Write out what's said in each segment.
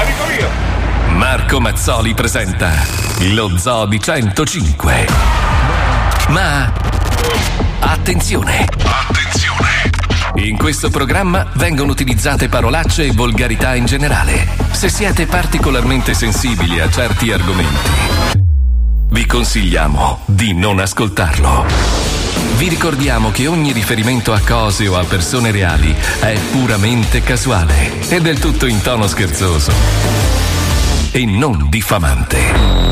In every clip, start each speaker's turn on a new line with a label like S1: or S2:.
S1: Amico mio.
S2: Marco Mazzoli presenta lo Zoo di 105. Ma attenzione! Attenzione! In questo programma vengono utilizzate parolacce e volgarità in generale. Se siete particolarmente sensibili a certi argomenti, vi consigliamo di non ascoltarlo. Vi ricordiamo che ogni riferimento a cose o a persone reali è puramente casuale e del tutto in tono scherzoso e non diffamante.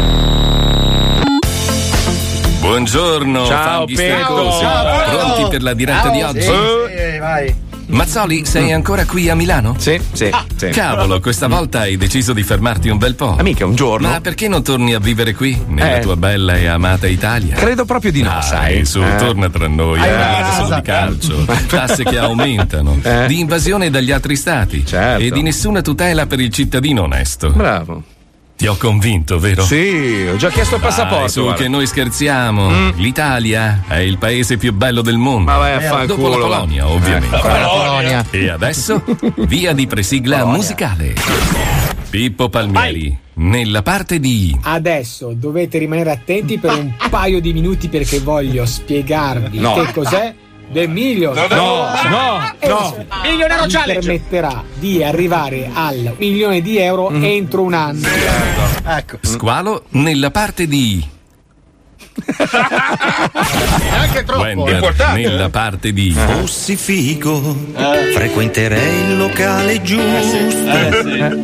S2: Buongiorno,
S3: Ciao,
S2: fanghi
S3: Pedro.
S2: stancosi.
S3: Ciao, Pedro.
S2: Pronti per la diretta di oggi? Mazzoli, sei ancora qui a Milano? Sì,
S4: sì, sì.
S2: Cavolo, questa volta hai deciso di fermarti un bel po'. Amica, un giorno. Ma perché non torni a vivere qui, nella
S4: Eh.
S2: tua bella e amata Italia?
S4: Credo proprio di no,
S2: Dai,
S4: sai.
S2: su,
S4: Eh.
S2: torna tra noi.
S4: Hai
S2: eh,
S4: una
S2: adesso
S4: casa. Eh.
S2: di calcio, tasse che aumentano, di invasione dagli altri stati
S4: Certo.
S2: e di nessuna tutela per il cittadino onesto. Bravo. Ti ho convinto, vero?
S4: Sì, ho già chiesto il
S2: Dai,
S4: passaporto,
S2: su,
S4: guarda.
S2: che noi scherziamo.
S4: Mm.
S2: L'Italia è il paese più bello del mondo.
S4: Ma vai a far
S2: Eh, Dopo
S4: culo.
S2: la Polonia, ovviamente.
S4: Eh, con la Polonia.
S2: E adesso, via di presigla musicale. Pippo Palmieri, nella parte di...
S5: Adesso dovete rimanere attenti per un paio di minuti perché voglio spiegarvi
S2: No.
S5: che cos'è The Million.
S2: No, no,
S4: no,
S5: E
S4: no.
S5: Milionario vi
S4: Challenge.
S5: permetterà di arrivare al milione di euro
S2: Mm.
S5: entro un anno.
S2: Ecco. Squalo, nella parte di...
S6: Neanche troppo.
S2: Wender,
S6: Importante, eh?
S2: nella parte di...
S7: Fossi figo, frequenterei il locale giusto.
S3: Eh,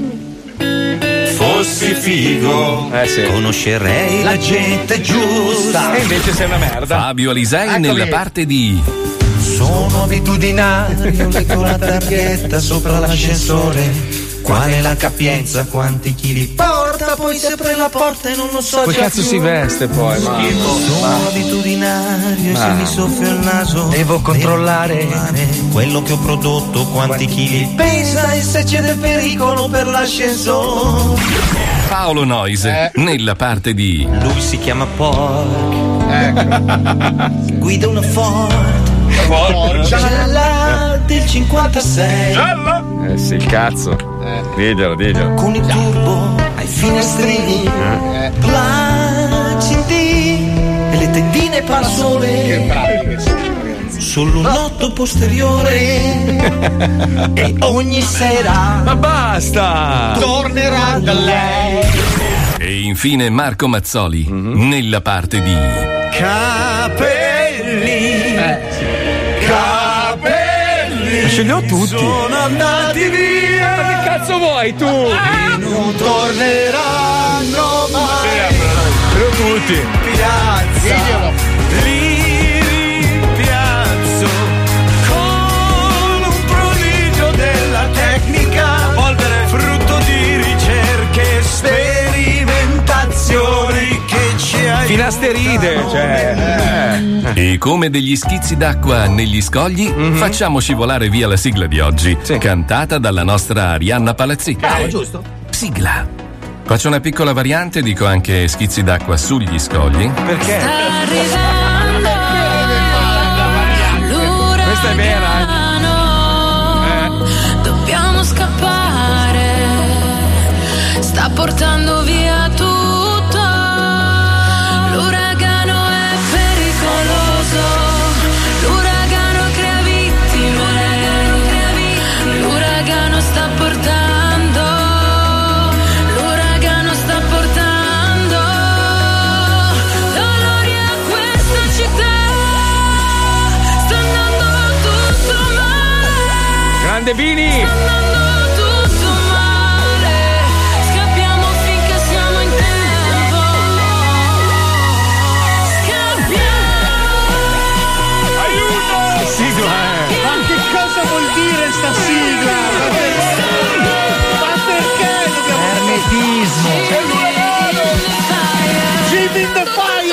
S7: Fossi figo, conoscerei la gente giusta.
S2: E invece sei una merda. Fabio Alisei
S7: Eccomi.
S2: nella parte di.
S7: Sono abitudinario, leggo la targhetta sopra l'ascensore. Qual è la capienza? Quanti chili?
S8: Porta, poi si apre la porta e non lo so
S4: Come
S8: già
S4: cazzo
S8: più. boh,
S4: si veste poi? Ma,
S7: Sono
S4: ma-
S7: abitudinario, se
S4: Ma.
S7: mi soffio il naso. Devo controllare quello che ho prodotto, quanti chili.
S8: Pensa e se c'è del pericolo per l'ascensore.
S2: Paolo Noise nella parte di.
S7: Lui si chiama Pork.
S8: Guida una Ford. Gialla del 56.
S3: Eh sì, il cazzo. Diglielo, diglielo.
S8: Con il turbo ai finestrini.
S4: Eh.
S8: Placidi e le tendine parasole. Solo un otto posteriore. e ogni sera.
S4: Ma basta!
S8: Tornerà da lei.
S2: E infine Marco Mazzoli nella parte di.
S7: Capelli. Capelli.
S4: Eh. Ce li ho tutti.
S7: Sono andati via.
S4: Ma che cazzo vuoi tu?
S7: Non torneranno mai.
S4: Ce li ho tutti.
S7: Piazza. Li rimpiazzo con un prodigio della tecnica. Polvere. Frutto di ricerche e sperimentazioni che ci hai.
S4: Finasteride, cioè.
S2: E come degli schizzi d'acqua negli scogli, facciamo scivolare via la sigla di oggi, cantata dalla nostra Arianna Palazzi.
S7: giusto?
S2: Sigla. Faccio una piccola variante, dico anche schizzi d'acqua sugli scogli.
S4: Perché?
S9: Arrivando
S4: Questa è vera, eh?
S9: l'uragano, dobbiamo scappare. Sta portando via tutto. L'uragano è pericoloso. L'uragano crea vittime. L'uragano sta portando. L'uragano sta portando. Dolori a questa città. Sta andando tutto male.
S4: Grande Bini!
S9: Andando tutto male. Scappiamo finché siamo in tempo. Scappiamo.
S4: Che sigla è?
S6: Ma che cosa vuol dire sta sigla? Ma perché? Ma perché dobbiamo Ermetismo. C'è l'uragano. Jim in the fire.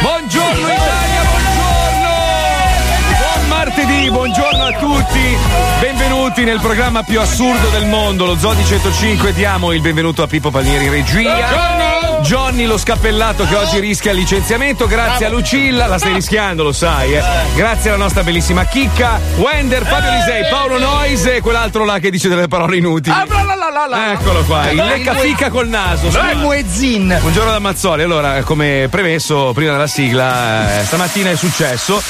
S4: Buongiorno Italia, buongiorno! Buon martedì, buongiorno a tutti! Benvenuti! Benvenuti nel programma più assurdo del mondo, lo Zodi 105. Diamo il benvenuto a Pippo Palmieri in regia. Johnny lo scappellato che oggi rischia il licenziamento, grazie a Lucilla, la stai rischiando, lo sai, eh. Grazie alla nostra bellissima chicca, Wender, Fabio Lisei, Paolo Noise e quell'altro là che dice delle parole inutili.
S5: Ah,
S4: Eccolo
S10: Eh,
S4: qua, il leccafica col naso.
S10: Dai,
S4: scusa.
S10: Muezzin.
S4: Buongiorno da Mazzoli, allora come premesso prima della sigla, eh, stamattina è successo,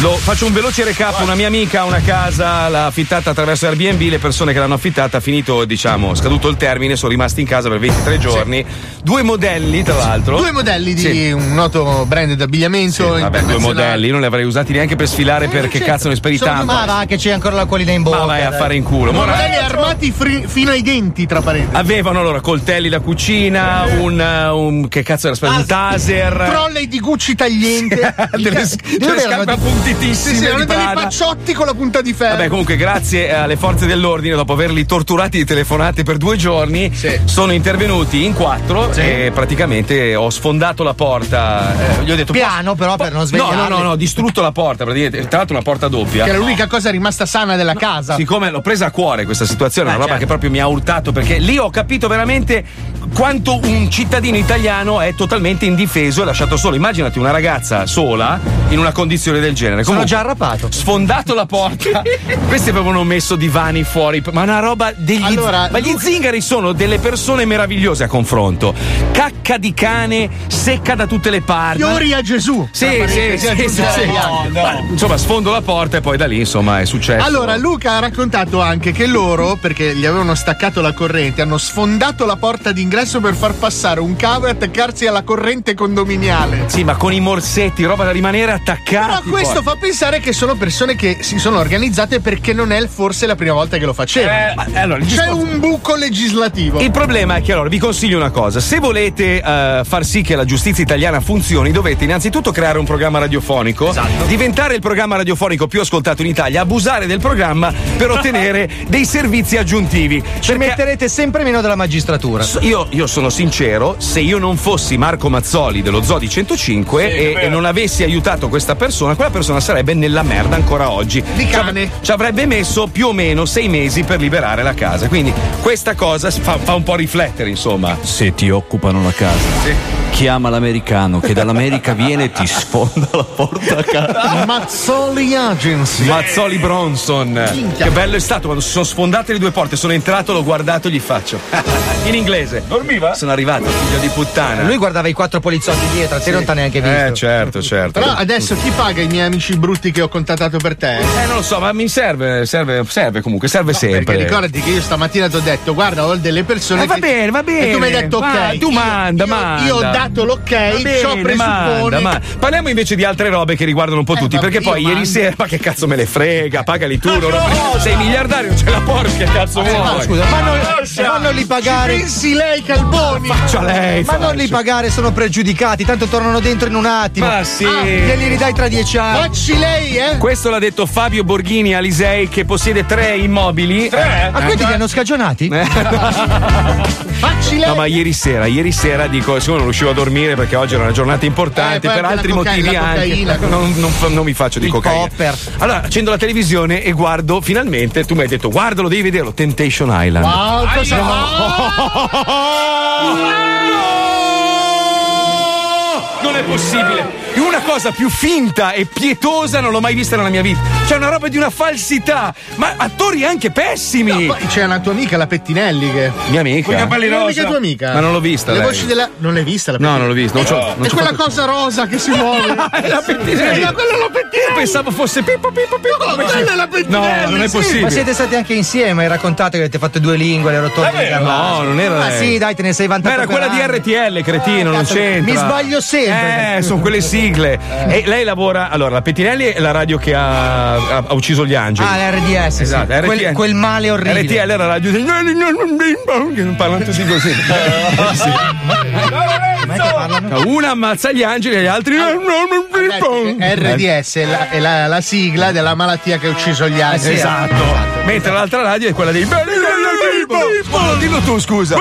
S4: Lo- faccio un veloce recap, una mia amica ha una casa, l'ha affittata attraverso Airbnb, le persone che l'hanno affittata, finito diciamo, scaduto il termine, sono rimasti in casa per 23 giorni, due modelli tra l'altro.
S10: Due modelli di
S4: Sì.
S10: un noto brand d'abbigliamento.
S4: Vabbè, due modelli, io non li avrei usati neanche per sfilare perché cazzo ne speri
S10: Eh, certo. Sono
S4: tanto.
S10: ma va che c'è ancora la qualina in bocca.
S4: Ma vai a
S10: dai.
S4: fare in culo.
S10: Due
S4: Morale.
S10: modelli armati fri- fino ai denti, tra parentesi.
S4: Avevano allora coltelli da cucina, un, eh, un- che cazzo era, aspetta, un taser.
S10: Trolley di Gucci tagliente.
S4: delle,
S10: Sì,
S4: delle
S10: erano
S4: scarpe
S10: di-
S4: appuntitissime
S10: Sì, sì,
S4: di
S10: erano dei
S4: Prada.
S10: pacciotti con la punta di ferro.
S4: Vabbè, comunque, grazie alle forze dell'ordine, dopo averli torturati di telefonate per due giorni, sono intervenuti in quattro e praticamente ho sfondato la porta. eh, gli ho detto.
S10: Piano, però, per non
S4: No,
S10: svegliarli.
S4: no, no, no, ho distrutto la porta, praticamente. Tra l'altro, una porta doppia.
S10: Che era l'unica cosa rimasta sana della casa.
S4: Siccome l'ho presa a cuore questa situazione, è una
S10: certo.
S4: roba che proprio mi ha urtato perché lì ho capito veramente quanto un cittadino italiano è totalmente indifeso e lasciato solo. Immaginati una ragazza sola in una condizione del genere.
S10: Sono
S4: Comunque,
S10: già arrapato.
S4: sfondato la porta. Questi avevano messo divani fuori, ma una roba degli
S10: Allora,
S4: ma gli zingari sono delle persone meravigliose a confronto. Cacca di cane, secca da tutte le parti.
S10: Fiori a Gesù. tra
S4: Sì, sì, sì,
S10: parentesi,
S4: sì,
S10: aggiungerei
S4: sì.
S10: anche.
S4: Ma, Insomma, sfondo la porta e poi da lì, insomma, è successo.
S10: Allora, Luca ha raccontato anche che loro, perché gli avevano staccato la corrente, hanno sfondato la porta d'ingresso per far passare un cavo e attaccarsi alla corrente condominiale.
S4: Sì, ma con i morsetti, roba da rimanere
S10: Però
S4: attaccati.
S10: questo fa pensare che sono persone che si sono organizzate perché non è forse la prima volta che lo
S4: Eh,
S10: facevano.
S4: ma- allora, il
S10: C'è
S4: discorso-
S10: un buco legislativo.
S4: Il problema è che allora vi consiglio una cosa: se volete eh, far sì che la giustizia italiana funzioni, dovete innanzitutto creare un programma radiofonico, diventare il programma radiofonico più ascoltato in Italia, abusare del programma per ottenere dei servizi aggiuntivi.
S5: Ci
S4: Perché-
S5: metterete sempre meno della magistratura.
S4: So- Io, io sono sincero, se io non fossi Marco Mazzoli dello Zodi 105 e, e non avessi aiutato questa persona, quella persona sarebbe nella merda ancora oggi. Di cane. Ci, avrebbe messo più o meno sei mesi per liberare la casa. Quindi questa cosa s- fa, fa un po' riflettere, insomma.
S11: Se ti occupano la casa, chiama l'americano che dall'America viene e ti sfonda la porta a casa.
S10: Mazzoli Agency.
S4: Mazzoli Bronson.
S10: Minchia.
S4: Che bello è stato quando si sono sfondate le due porte, sono entrato, l'ho guardato e gli faccio. In inglese. Dormiva? Sono arrivato, figlio di puttana.
S5: Lui guardava i quattro poliziotti dietro, te non t'ha neanche visto.
S4: Eh, certo, certo.
S10: Però Ah, adesso chi paga i miei amici brutti che ho contattato per te?
S4: Eh, non lo so, ma mi serve, serve, serve comunque, serve sempre.
S10: Perché ricordati che io stamattina ti ho detto, guarda, ho delle persone.
S4: Eh, va
S10: che-
S4: bene, va bene.
S10: E tu mi hai detto,
S4: Ma
S10: ok.
S4: tu manda, manda.
S10: Io ho dato
S4: Va
S10: l'ok,
S4: bene,
S10: ci ho
S4: manda,
S10: Eh, presuppone. Eh,
S4: ma- Parliamo invece di altre robe che riguardano un po' tutti.
S10: vabbè,
S4: Perché
S10: io Eh,
S4: poi ieri
S10: mando.
S4: sera, ma che cazzo me le frega, pagali tu. non- Sei miliardario, non c'è la Porsche, che cazzo Ah,
S5: Eh,
S4: vuoi?
S5: ma scusa, ma non, ma non li pagare.
S10: Ci pensi lei, Calboni?
S4: Faccio a lei,
S5: Ma non li
S4: faccio.
S5: pagare, sono pregiudicati, tanto tornano dentro in un attimo.
S4: Ma sì.
S5: Ah, glieli ridai tra dieci anni.
S10: Facci lei, eh?
S4: Questo l'ha detto Fabio Borghini Alisei che possiede tre immobili. Eh. Tre?
S5: Ma quindi li hanno scagionati?
S10: Facci lei.
S4: No, ma ieri sera, ieri sera dico, siccome non riuscivo a dormire perché oggi era una giornata
S10: Eh,
S4: importante,
S10: poi
S4: per
S10: anche
S4: altri
S10: la cocaina,
S4: motivi
S10: la
S4: anche.
S10: cocaina.
S4: Non, non fa- non mi faccio di cocaina.
S5: popper.
S4: Allora, accendo la televisione e guardo finalmente, tu mi hai detto, guardalo, devi vederlo, Temptation Island.
S5: Ah,
S10: Wow, cosa
S4: Non è possibile! Una cosa più finta e pietosa non l'ho mai vista nella mia vita. C'è una roba di una falsità, ma attori anche pessimi!
S10: Poi c'è una tua amica, la Pettinelli, che.
S4: Mia amica.
S10: Quella amica tua amica.
S4: Ma non l'ho vista,
S10: Le
S4: lei.
S10: voci della. Non l'hai vista la
S4: No,
S10: Pettinelli?
S4: non l'ho vista, non c'ho-
S10: Eh,
S4: non
S10: È
S4: c'ho
S10: quella
S4: fatto-
S10: cosa rosa che si muove.
S4: È la Pettinelli.
S10: Eh, ma quella è la Pettinelli.
S4: Pensavo fosse Pippo Pippo Pippo.
S10: No, quella è la Pettinelli,
S4: No, non è
S10: sì.
S4: possibile.
S5: Ma siete stati anche insieme, hai raccontato che avete fatto due lingue, le rotonde di
S4: No, non era
S5: Ma
S4: lei.
S5: sì, dai, te ne sei
S4: Ma
S5: vantato.
S4: era
S5: per
S4: quella di
S5: anni.
S4: RTL, cretino,
S5: Ah,
S4: non
S5: cazzo,
S4: c'entra.
S5: mi sbaglio sempre. Eh.
S4: Eh, sono quelle sigle. E lei lavora. Allora, la Pettinelli è la radio che ha, ha- ha ucciso gli angeli.
S5: Ah, l'RDS.
S4: Esatto, RTL.
S5: Quel, quel male orribile.
S4: RTL era la radio del che non parlano tutti così. Eh, sì. Una ammazza gli angeli e gli altri.
S10: Ragazzi, Ah, che RDS è la, è la- la sigla della malattia che ha ucciso
S4: Ah,
S10: gli
S5: Ah,
S10: altri.
S5: Esatto,
S4: Esatto. Mentre l'altra radio è quella dei. Dillo tu, scusa.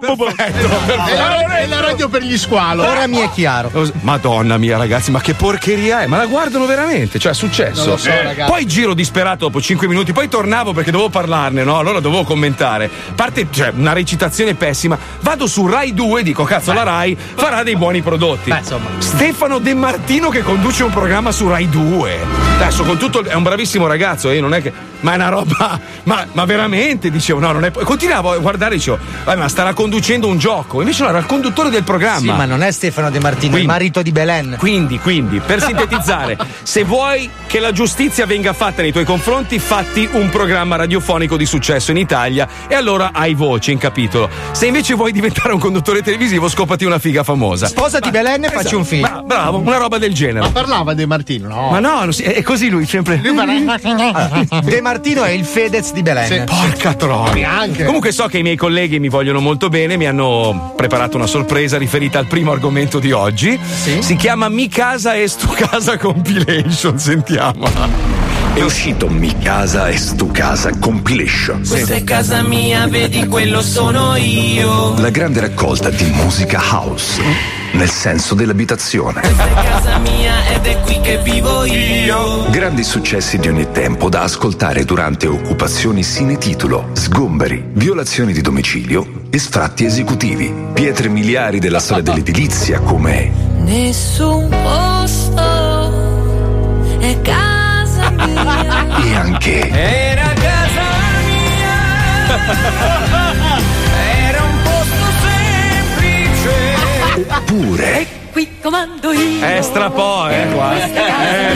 S4: Perfetto,
S10: È la, è la radio per gli squalo.
S4: Ora mi è chiaro. Madonna mia, ragazzi, ma che porcheria è? Ma la guardano veramente? Cioè, è successo.
S10: Non lo so, ragazzi.
S4: Poi giro disperato dopo 5 minuti, poi tornavo perché dovevo parlarne, no? Allora dovevo commentare. Parte, cioè, una recitazione pessima. Vado su Rai 2 e dico, cazzo, la Rai farà dei buoni prodotti. Stefano De Martino che conduce un programma su Rai 2. Adesso, con tutto, è un bravissimo ragazzo, eh, non è che. Ma è una roba. Ma, ma veramente, dicevo, no, non è. Continuavo a guardare, dicevo, "Vabbè, ma starà conducendo un gioco. Invece, no, era il conduttore del programma.
S5: Sì, ma non è Stefano De Martino, è il
S4: Quindi-
S5: marito di Belen.
S4: Quindi, quindi, per sintetizzare, se vuoi che la giustizia venga fatta nei tuoi confronti, fatti un programma radiofonico di successo in Italia e allora hai voce in capitolo. Se invece vuoi diventare un conduttore televisivo, scopati una figa famosa.
S5: Sposati Belen e facci
S4: Esatto.
S5: un film.
S4: Bra- bravo, una roba del
S10: Ma
S4: genere.
S10: parlava De Martino, no?
S4: Ma no, non si- è così lui sempre. Ah.
S5: Allora, De Martino è il Fedez di Belen.
S4: Sì. Porca troia.
S10: Neanche.
S4: Comunque so che i miei colleghi mi vogliono molto bene, mi hanno preparato una sorpresa riferita al primo argomento di oggi. Si chiama Mi casa e stu casa compilation, sentiamola.
S3: È uscito Mi Casa e Stu Casa Compilation.
S7: Questa è casa mia, vedi quello sono io.
S3: La grande raccolta di musica house, nel senso dell'abitazione.
S7: Casa mia ed è qui che vivo io.
S3: Grandi successi di ogni tempo da ascoltare durante occupazioni sine titolo, sgomberi, violazioni di domicilio e sfratti esecutivi. Pietre miliari della storia dell'edilizia come
S9: Nessun posto è casa mia.
S3: e anche
S7: Era casa mia. Era un posto semplice.
S3: Pure.
S9: Qui comando io.
S4: Eh, stra po', eh, qua. Eh,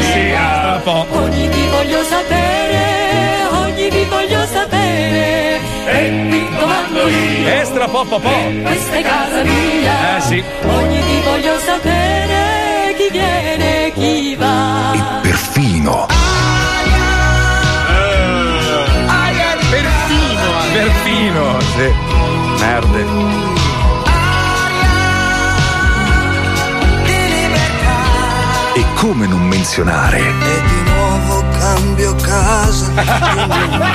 S4: sì, stra po'.
S9: Ogni vi voglio sapere, ogni vi voglio sapere. E qui comando io.
S4: Estra po' po' po'.
S9: Questa è casa mia.
S4: Eh sì.
S9: Ogni vi voglio sapere chi viene, chi va.
S3: perfino.
S10: Perfino.
S4: Perfino, sì. Merde.
S3: E come non menzionare
S7: E di nuovo cambio casa. Cambiano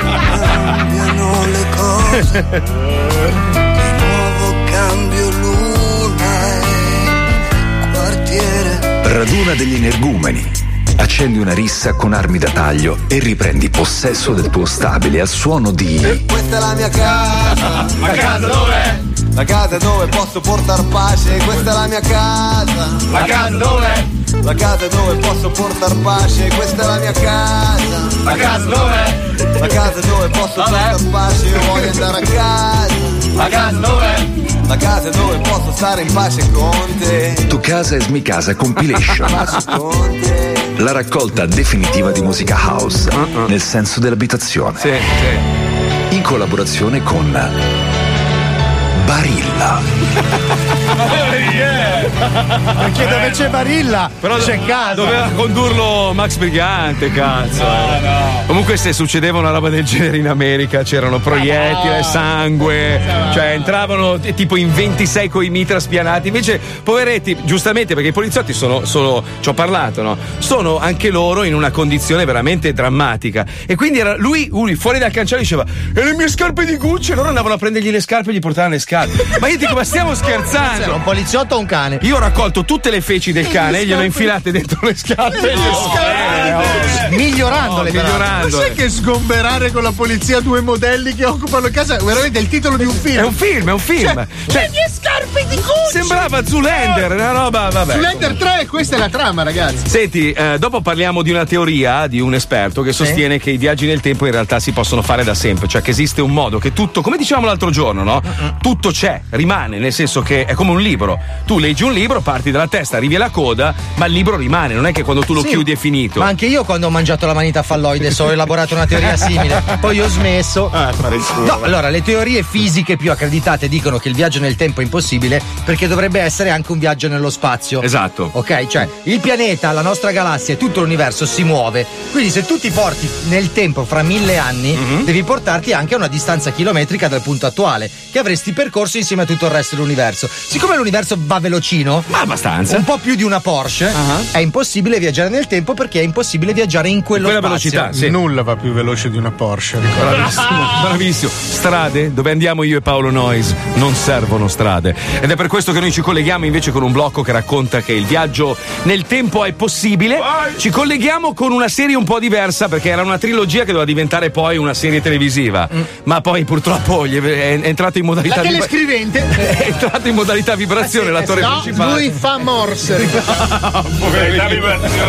S7: le cose. Di nuovo cambio luna e quartiere.
S3: Raduna degli energumeni. Accendi una rissa con armi da taglio e riprendi possesso del tuo stabile al suono di
S8: Questa è la mia casa.
S3: Ma casa dov'è?
S8: La casa dove posso portare pace. Questa è la mia casa.
S7: La casa dov'è?
S8: La casa dove posso portare pace. Questa è la mia casa.
S7: La casa dov'è?
S8: La casa dove posso portare pace. Io voglio andare a casa. La casa dov'è? La casa dove posso stare in pace con te.
S3: Tu casa e smi casa compilation. La raccolta definitiva di musica house nel senso dell'abitazione. In collaborazione con Barilla.
S4: Perché
S12: dove c'è
S4: Barilla
S12: c'è casa.
S4: Doveva condurlo Max Brigante, cazzo. eh. Comunque se succedeva una roba del genere in America c'erano
S12: Ah,
S4: proiettili, sangue, cioè entravano eh, tipo in 26 coi mitra spianati. Invece, poveretti, giustamente perché i poliziotti sono, sono- ci ho parlato, no? Sono anche loro in una condizione veramente drammatica. E quindi era lui, lui fuori dal cancello diceva "E le mie scarpe di Gucci", e loro andavano a prendergli le scarpe e gli portavano le scarpe. Ma io dico "Ma stiamo scherzando?".
S5: Era un poliziotto o un cane?
S4: Io ho raccolto tutte le feci del cane e gliele ho infilate dentro le scarpe. Migliorandole, però.
S10: Ma sai che sgomberare con la polizia due modelli che occupano casa è veramente il titolo di un film. È
S4: un film, è un film.
S10: Cioè,
S4: Cioè-
S10: le mie scarpe di Gucci.
S4: Sembrava Zoolander, una roba, vabbè.
S10: Zoolander 3, questa è la trama, ragazzi.
S4: Senti, eh, dopo parliamo di una teoria di un esperto che sostiene che i viaggi nel tempo in realtà si possono fare da sempre, cioè che esiste un modo che tutto, come dicevamo l'altro giorno, no? Tutto c'è, rimane, nel senso che è come un libro. Tu leggi un libro, parti dalla testa, arrivi alla coda, ma il libro rimane, non è che quando tu lo
S5: Sì.
S4: chiudi è finito.
S5: Ma anche io quando ho mangiato la manita falloide so, ho elaborato una teoria simile. Poi ho smesso.
S4: Ah, eh.
S5: No, allora, le teorie fisiche più accreditate dicono che il viaggio nel tempo è impossibile perché dovrebbe essere anche un viaggio nello spazio.
S4: Esatto.
S5: Ok, cioè il pianeta, la nostra galassia e tutto l'universo si muove. Quindi se tu ti porti nel tempo fra mille anni, devi portarti anche a una distanza chilometrica dal punto attuale, che avresti percorso insieme a tutto il resto dell'universo. Siccome l'universo va velocissimo, piccolino,
S4: ma abbastanza.
S5: un po' più di una Porsche, è impossibile viaggiare nel tempo perché è impossibile viaggiare in quello
S10: Quella
S5: spazio.
S10: velocità, Nulla va più veloce di una Porsche.
S4: Bravissimo,
S10: Ah!
S4: bravissimo. Strade, dove andiamo io e Paolo Nois, non servono strade. Ed è per questo che noi ci colleghiamo invece con un blocco che racconta che il viaggio nel tempo è possibile. Ci colleghiamo con una serie un po' diversa perché era una trilogia che doveva diventare poi una serie televisiva.
S10: Mm.
S4: Ma poi purtroppo gli è, è entrato in modalità
S10: La
S4: di- è
S10: telescrivente.
S4: entrato in modalità vibrazione l'attore
S10: Eh, no,
S4: principale.
S10: lui fa morse.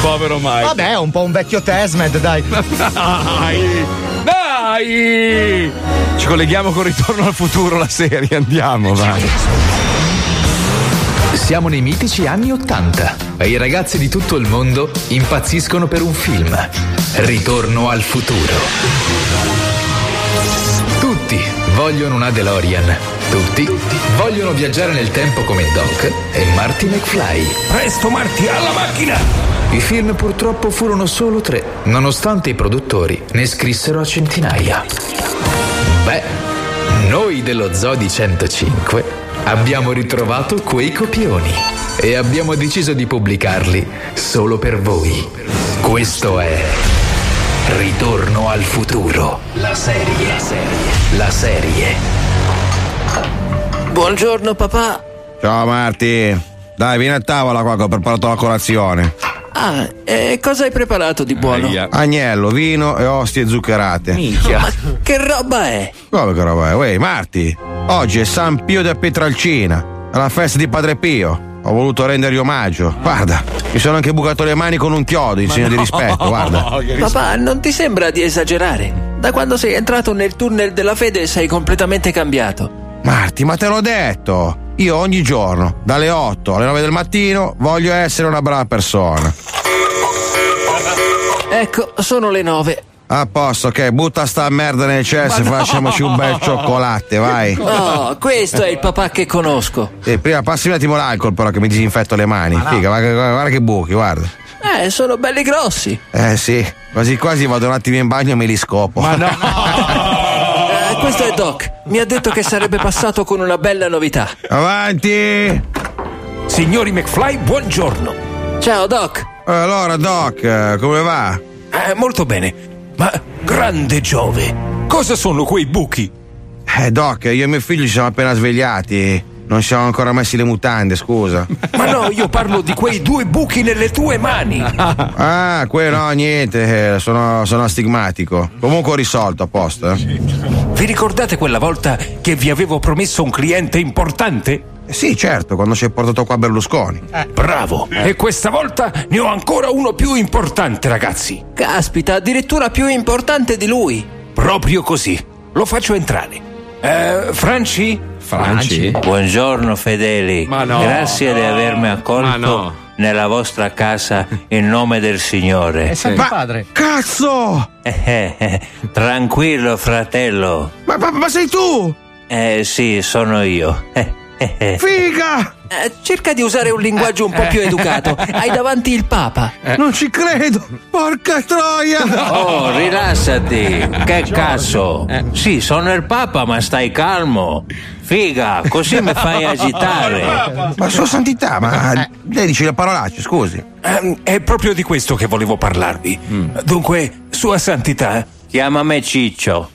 S4: Povero Mike.
S5: Vabbè, è un po' un vecchio Tesmed, dai.
S4: Dai! Dai! Ci colleghiamo con Ritorno al futuro, la serie, andiamo, vai.
S3: Siamo nei mitici anni Ottanta e i ragazzi di tutto il mondo impazziscono per un film. Ritorno al futuro. Tutti vogliono una DeLorean. Tutti vogliono viaggiare nel tempo come Doc e Marty McFly. Presto Marty, alla macchina! I film purtroppo furono solo tre, nonostante i produttori ne scrissero a centinaia. Beh, noi dello Zoo di 105 abbiamo ritrovato quei copioni e abbiamo deciso di pubblicarli solo per voi. Questo è Ritorno al futuro. La serie. La serie. La serie.
S13: Buongiorno papà.
S14: Ciao Marti. Dai, vieni a tavola qua che ho preparato la colazione.
S13: Ah, e cosa hai preparato di buono?
S14: Agnello, vino e ostie zuccherate.
S13: Ma che roba è?
S14: Come che roba è? Uè, Marti, oggi è San Pio da Petralcina, alla festa di Padre Pio. Ho voluto rendergli omaggio. Guarda, mi sono anche bucato le mani con un chiodo in segno di rispetto, guarda.
S13: Papà, non ti sembra di esagerare? Da quando sei entrato nel tunnel della fede sei completamente cambiato.
S14: Marti, ma te l'ho detto! Io ogni giorno, dalle 8 alle 9 del mattino, voglio essere una brava persona.
S13: Ecco, sono le nove.
S14: A posto, ok, butta sta merda nel cesso e
S13: Ma no!
S14: facciamoci un bel cioccolate, vai.
S13: No, Oh, questo è il papà che conosco.
S14: E prima passami un attimo l'alcol, però, che mi disinfetto le mani. Figa, guarda, che- guarda che buchi, guarda.
S13: Eh, sono belli grossi.
S14: Eh sì, quasi quasi vado un attimo in bagno e me li scopo. Ma no!
S13: Eh, questo è Doc. Mi ha detto che sarebbe passato con una bella novità.
S14: Avanti!
S13: Signori McFly, buongiorno. Ciao Doc.
S14: Allora, Doc, eh, come va?
S15: molto bene. Ma grande Giove, cosa sono quei buchi?
S14: Eh, Doc, io e mio figlio ci siamo appena svegliati. Non ci siamo ancora messi le mutande, scusa.
S15: Ma no, io parlo di quei due buchi nelle tue mani.
S14: Ah, quello no, niente, eh, sono, sono astigmatico. Comunque ho risolto a posto. Eh.
S15: Vi ricordate quella volta che vi avevo promesso un cliente importante? Eh,
S14: Sì, certo, quando ci hai portato qua Berlusconi. Eh.
S15: Bravo! E questa volta ne ho ancora uno più importante, ragazzi.
S13: Caspita, addirittura più importante di lui.
S15: Proprio così. Lo faccio entrare. Eh, Franci?
S13: Franci? Buongiorno fedeli, grazie di avermi accolto nella vostra casa in nome del Signore.
S7: Eh,
S14: Ma- Cazzo!
S13: Eh, eh, eh, Tranquillo fratello.
S14: Ma, ma- ma sei tu?
S13: Eh sì, sono io. Eh,
S14: Figa!
S13: cerca di usare un linguaggio un po' più educato. Hai davanti il Papa.
S14: Non ci credo! Porca troia!
S13: Oh, rilassati. Che cazzo? Sì, sono il Papa, ma stai calmo. Figa, così mi fai agitare.
S14: Ma sua santità, ma lei dice le parolacce, scusi.
S15: Ehm, è proprio di questo che volevo parlarvi. Dunque, Sua Santità.
S13: Chiamami Ciccio.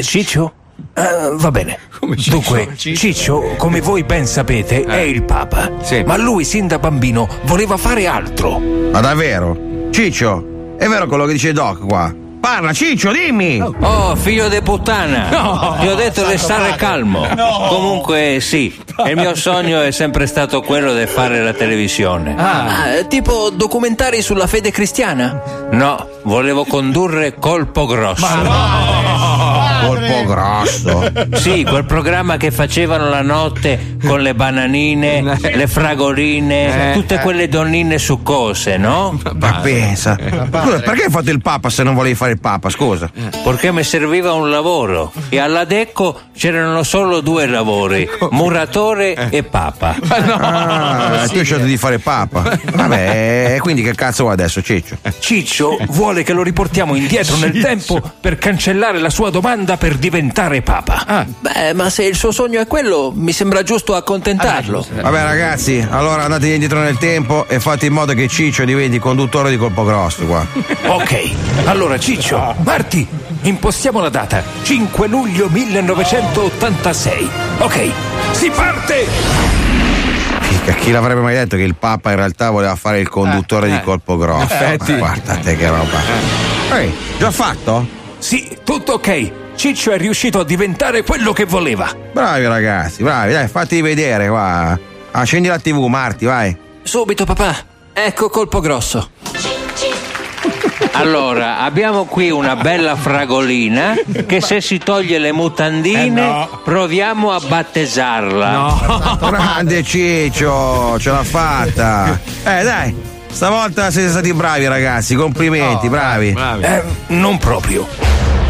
S15: Ciccio? Eh, va bene. Dunque, Ciccio, come voi ben sapete, è il Papa. Ma lui, sin da bambino, voleva fare altro.
S14: Ma davvero? Ciccio, è vero quello che dice Doc qua? Parla, Ciccio, dimmi!
S13: Oh, figlio di puttana!
S14: No!
S13: Ti ho detto di
S14: Santo
S13: stare
S14: padre.
S13: calmo.
S14: No!
S13: Comunque, sì, il mio sogno è sempre stato quello di fare la televisione.
S14: Ah.
S13: Ah, tipo documentari sulla fede cristiana? No, volevo condurre Colpo Grosso.
S14: Colpo grosso.
S13: Sì, quel programma che facevano la notte con le bananine, le fragoline,
S14: Eh,
S13: tutte
S14: eh.
S13: quelle donnine succose, no?
S14: Ma Eh. pensa. Scusa, perché hai fatto il papa se non volevi fare il papa, scusa?
S13: Perché mi serviva un lavoro e alla Decco c'erano solo due lavori, muratore e papa.
S14: Ah, ti ho scelto di fare papa. Vabbè, e quindi che cazzo vuoi adesso, Ciccio?
S15: Ciccio vuole che lo riportiamo indietro nel tempo per cancellare la sua domanda strada per diventare papa.
S14: Ah.
S13: Beh, ma se il suo sogno è quello, mi sembra giusto accontentarlo.
S14: Ah, Vabbè ragazzi, allora andate indietro nel tempo e fate in modo che Ciccio diventi conduttore di colpo grosso qua.
S15: Ok, allora Ciccio, Marti, impostiamo la data 5 luglio 1986. Ok, si parte!
S14: Fica, chi l'avrebbe mai detto che il Papa in realtà voleva fare il conduttore di colpo grosso?
S15: In effetti.
S14: Ma guarda te che roba. Ehi, già fatto?
S15: Sì, tutto ok. Ciccio è riuscito a diventare quello che voleva.
S14: Bravi ragazzi, bravi, dai, fatti vedere qua. Accendi la TV, Marti, vai.
S13: Subito, papà. Ecco colpo grosso. Allora, abbiamo qui una bella fragolina che se si toglie le mutandine proviamo a battesarla.
S14: Esatto. Grande Ciccio, ce l'ha fatta. Eh dai, stavolta siete stati bravi ragazzi, complimenti, Oh, bravi.
S15: Eh, non proprio.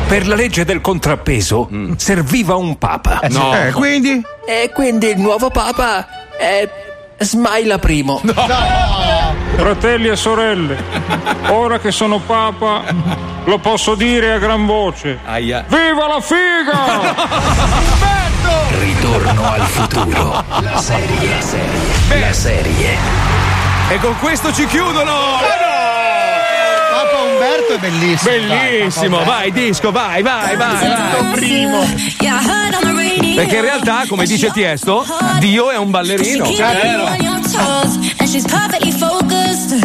S15: Per la legge del contrappeso serviva un papa.
S14: Mm. Eh, No. eh, quindi?
S13: E quindi il nuovo papa è Smaila I.
S16: Fratelli e sorelle, ora che sono papa, lo posso dire a gran voce. Viva la figa!
S15: Ritorno al futuro.
S17: La serie, la serie.
S15: La serie.
S4: E con questo ci chiudono!
S17: Papa Umberto è bellissimo.
S4: Bellissimo, vai disco, vai, vai, vai. vai. Perché in realtà, come dice Tiesto, Dio è un ballerino. Certo.
S18: And she's perfectly focused.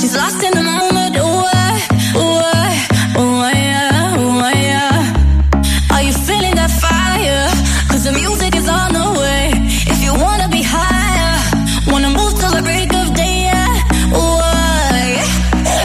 S18: She's lost in the moment. Ooh, ah, ooh, ah, ooh, ah, yeah, ooh, ah, yeah. Are you feeling that fire? 'Cause the music is on the way. If you wanna be higher, wanna move till the break of day, yeah. Ooh, ah, yeah.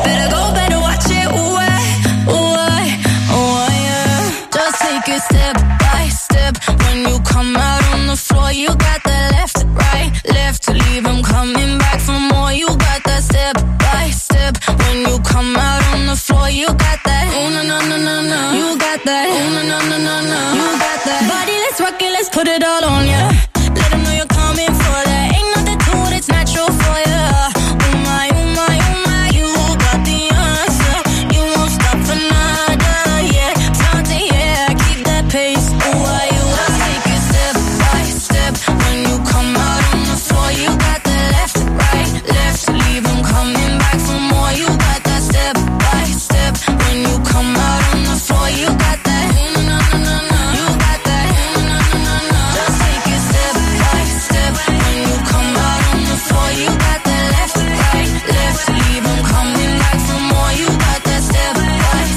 S18: Better go, better watch it. Ooh, ah, ooh, ah, ooh, ah, yeah. Just take it step by step. When you come out on the floor, you got the left, right, left to leave. I'm coming back for more. You got that step by step. When you come out on the floor, you got that. Oh no no no no no. You got that. Oh no no no no no. You got that. Body, let's rock it. Let's put it all on ya. Let 'em know you're coming for that. Ain't nothing to it. It's natural for ya. Oh my, oh my, oh my. You got the answer. You won't stop for nada. Yeah, time to yeah. Keep that pace. Ooh, why you wanna take it step by step? When you come out on the floor, you got the left, right, left to leave 'em coming back for more. You got that step by step. When you come out on the floor, you got that. Ooh, no, no, no, no. You got that. Ooh, no, no, no, no. Just take it step by step. When you come out on the floor, you got that left, right, left to leave 'em coming back for more. You got that step by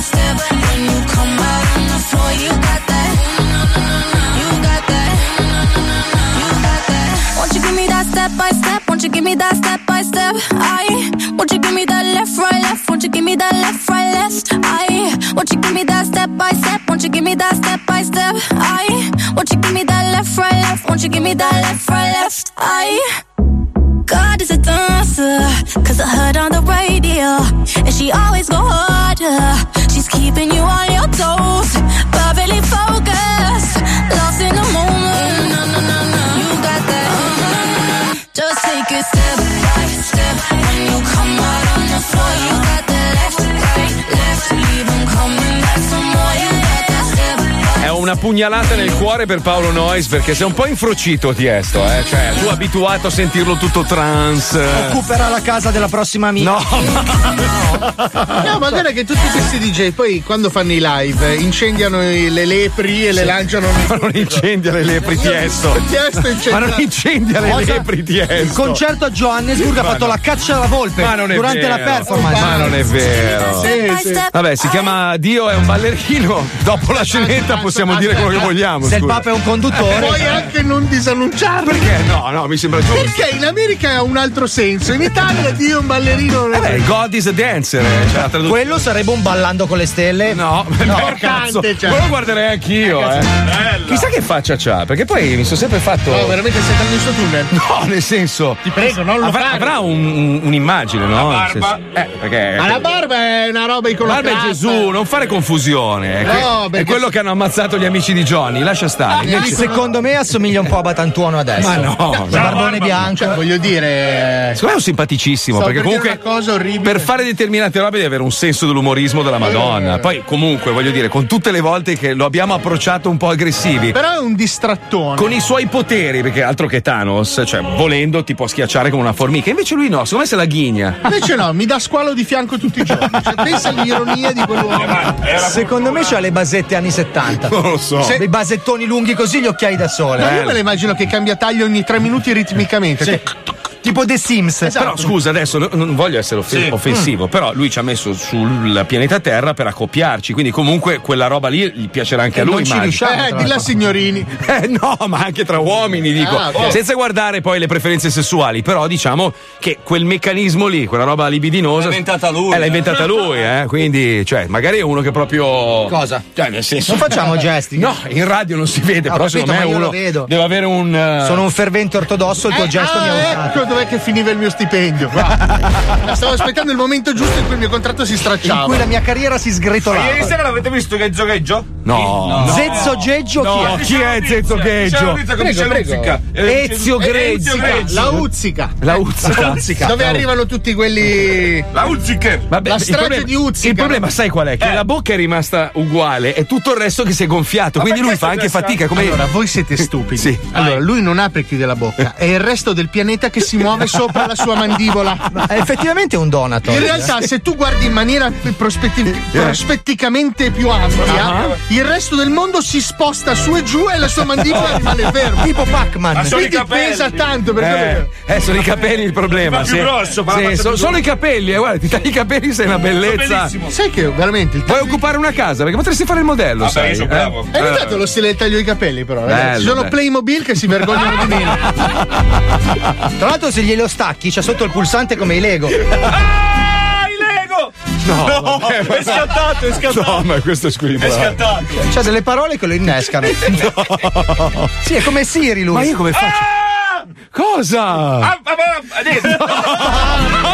S18: step. When you come out on the floor, you got that. Ooh, no, no, no, no. You got that. Ooh, no, no, no, no. You got that. Won't you give me that step by step? Won't you give me that step by step? I won't you give me that left, right, left? Won't you give me that left, right, left? I won't you give me that step by step? Won't you give me that step by step? I won't you give me that left, right, left? Won't you give me that left, right, left? I God is a dancer, cause I heard on the radio. And she always go harder. She's keeping you on your toes. Perfectly focused, lost in the moment. No, no, no, no, you got that. Oh, no, no, no. Just take it step by step. When you come out on the floor, you got the left, right, left. Leave 'em coming back for more. You got that step by
S4: È una pugnalata nel cuore per Paolo Nois perché sei un po' infrocito Tiesto, eh? Cioè, tu abituato a sentirlo tutto trans. eh.
S5: Recupera la casa della prossima amica.
S10: No, ma guarda che tutti questi DJ poi quando fanno i live eh, incendiano i- le lepri e le lanciano
S4: Ma non incendia le lepri Tiesto.
S10: Tiesto incendia-
S4: Ma non incendia le
S10: Cosa?
S4: lepri Tiesto.
S5: Il concerto a Johannesburg ha
S4: Ma
S5: fatto
S4: no.
S5: la caccia alla volpe
S4: Ma non è
S5: durante la
S4: vero.
S5: performance.
S4: Ma non è vero.
S5: Sì, sì.
S4: Vabbè, si chiama Dio è un ballerino. Dopo la scenetta possiamo dire quello che vogliamo.
S5: Se il
S4: scusa.
S5: Papa è un conduttore.
S10: Puoi anche non disannunciarlo.
S4: Perché? No, no, mi sembra giusto.
S10: Perché in America ha un altro senso, in Italia Dio è un ballerino. non è-
S4: Eh, God is a dancer, eh, cioè, la traduzione.
S5: Quello sarebbe un ballando con le stelle?
S4: No,
S5: no.
S4: Cazzo,
S10: cioè.
S4: quello lo guarderei anch'io, eh. Chissà che faccia c'ha, perché poi mi sono sempre fatto.
S10: No, veramente sei entrato nel suo tunnel.
S4: No, nel senso. Ti
S10: prego, non lo
S4: avrà,
S10: fare.
S4: avrà un- un- un'immagine, no?
S10: La
S4: Nel
S10: barba.
S4: senso- eh, perché.
S10: Ma la barba è una roba
S4: Barba è
S10: iconoclasta.
S4: Gesù, non fare confusione. eh.
S10: No,
S4: Que- È
S10: perché-
S4: quello che hanno ammazzato gli amici di Johnny, lascia stare. Invece-
S5: Secondo me assomiglia un po' a Batantuono adesso. Cioè,
S4: Ma no. Cioè,
S5: Barbone bianco. Cioè,
S10: voglio dire.
S4: Secondo me è un simpaticissimo,
S10: Stavo
S4: perché
S10: per dire
S4: comunque
S10: una cosa orribile.
S4: per fare determinate robe devi avere un senso dell'umorismo della Madonna. Poi comunque, voglio dire, con tutte le volte che lo abbiamo approcciato un po' aggressivi,
S10: Però è un distrattone.
S4: con i suoi poteri, perché altro che Thanos, cioè volendo ti può schiacciare come una formica, invece lui no, secondo me se la ghigna.
S10: Invece no, mi dà squalo di fianco tutti i giorni. Cioè, pensa
S4: eh,
S10: all'ironia di quell'uomo.
S5: Secondo me c'ha le basette anni 70.
S10: Non lo so.
S5: Se- Dei basettoni lunghi così, gli occhiali da sole. eh.
S10: Ma io me la immagino che cambia taglio ogni tre minuti ritmicamente.
S5: Tipo The Sims.
S4: Però scusa, adesso no- non voglio essere offe-
S10: Sì.
S4: offensivo, però lui ci ha messo sul pianeta Terra per accoppiarci, quindi comunque quella roba lì gì piacerà anche a lui.
S10: non ci
S4: immagino.
S10: riusciamo. Eh, dilla signorini.
S4: Eh no, ma anche tra uomini, dico.
S10: Ah, ok.
S4: Senza guardare poi le preferenze sessuali, però diciamo che quel meccanismo lì, quella roba libidinosa. L'ha inventata lui. Eh, l'ha inventata lui, eh. Quindi, cioè, magari è uno che proprio.
S5: Cosa?
S4: Cioè, nel senso.
S5: Non facciamo gesti.
S4: No, in radio non si vede,
S5: Ho
S4: però
S5: capito,
S4: secondo me
S5: ma io
S4: uno
S5: lo vedo.
S4: deve avere un. eh,
S5: Sono un fervente ortodosso, il tuo
S10: Eh,
S5: gesto
S10: ah,
S5: mi ha urtato.
S10: ecco dov'è che finiva il mio stipendio. guarda. Stavo aspettando il momento giusto in cui il mio contratto si stracciava.
S5: In cui la mia carriera si sgretolava.
S19: Ma ieri sera l'avete visto che zogheggio?
S4: No.
S5: Zezzo Geggio
S19: No,
S5: chi è?
S19: chi è Zezzo Geggio? C'è la notizia con Prego, Michele prego. Uzzica. Eh,
S5: Ezio
S19: Ezio
S5: Grezzi.
S19: Grezzi.
S10: La Uzzica.
S4: La Uzzica.
S10: La Dove
S4: La U-
S10: arrivano tutti quelli.
S19: La Uzzica.
S4: Vabbè,
S10: la
S4: il
S10: strage
S4: problema-
S10: di Uzzica.
S4: Il problema, sai qual è? Che la bocca è rimasta uguale, è tutto il resto che si è gonfiato. quindi lui fa anche fatica. Come...
S10: Allora, voi siete stupidi.
S4: Sì.
S10: Allora, lui non apre e chiude la bocca, è il resto del pianeta che si muove sopra la sua mandibola.
S5: Ma è effettivamente un donato.
S10: In realtà, se tu guardi in maniera prospettiv- prospetticamente più ampia,
S5: Ah.
S10: il resto del mondo si sposta su e giù e la sua mandibola rimane ferma.
S5: Tipo Pac-Man.
S10: Ma sono i
S4: Quindi
S10: capelli.
S4: pesa
S10: tanto
S4: Eh,
S10: perché.
S4: eh, sono i capelli il problema.
S10: Fa più
S4: sì.
S10: grosso, fa la
S4: Sì,
S10: faccia
S4: so-
S10: più
S4: sono i capelli, eh, guarda, ti tagli i capelli, sei una bellezza.
S10: Sai che veramente il
S4: Puoi occupare una casa perché potresti fare il modello.
S10: Vabbè,
S4: sai,
S10: io sono
S4: eh?
S10: bravo. Hai notato lo stile del taglio di capelli, però? ragazzi?
S4: Bello,
S10: Ci sono
S4: bello.
S10: Playmobil che si vergognano di meno.
S5: Tra l'altro, se glielo stacchi, c'è sotto il pulsante come i Lego.
S19: Lego!
S5: No, vabbè,
S19: è
S5: vabbè.
S19: scattato, è scattato.
S4: No, ma questo è squilibrato.
S19: È scattato.
S5: C'ha delle parole che lo innescano. Sì, è come Siri lui. Ah!
S4: Ma io come faccio? Cosa?
S19: Ah, papà, adesso.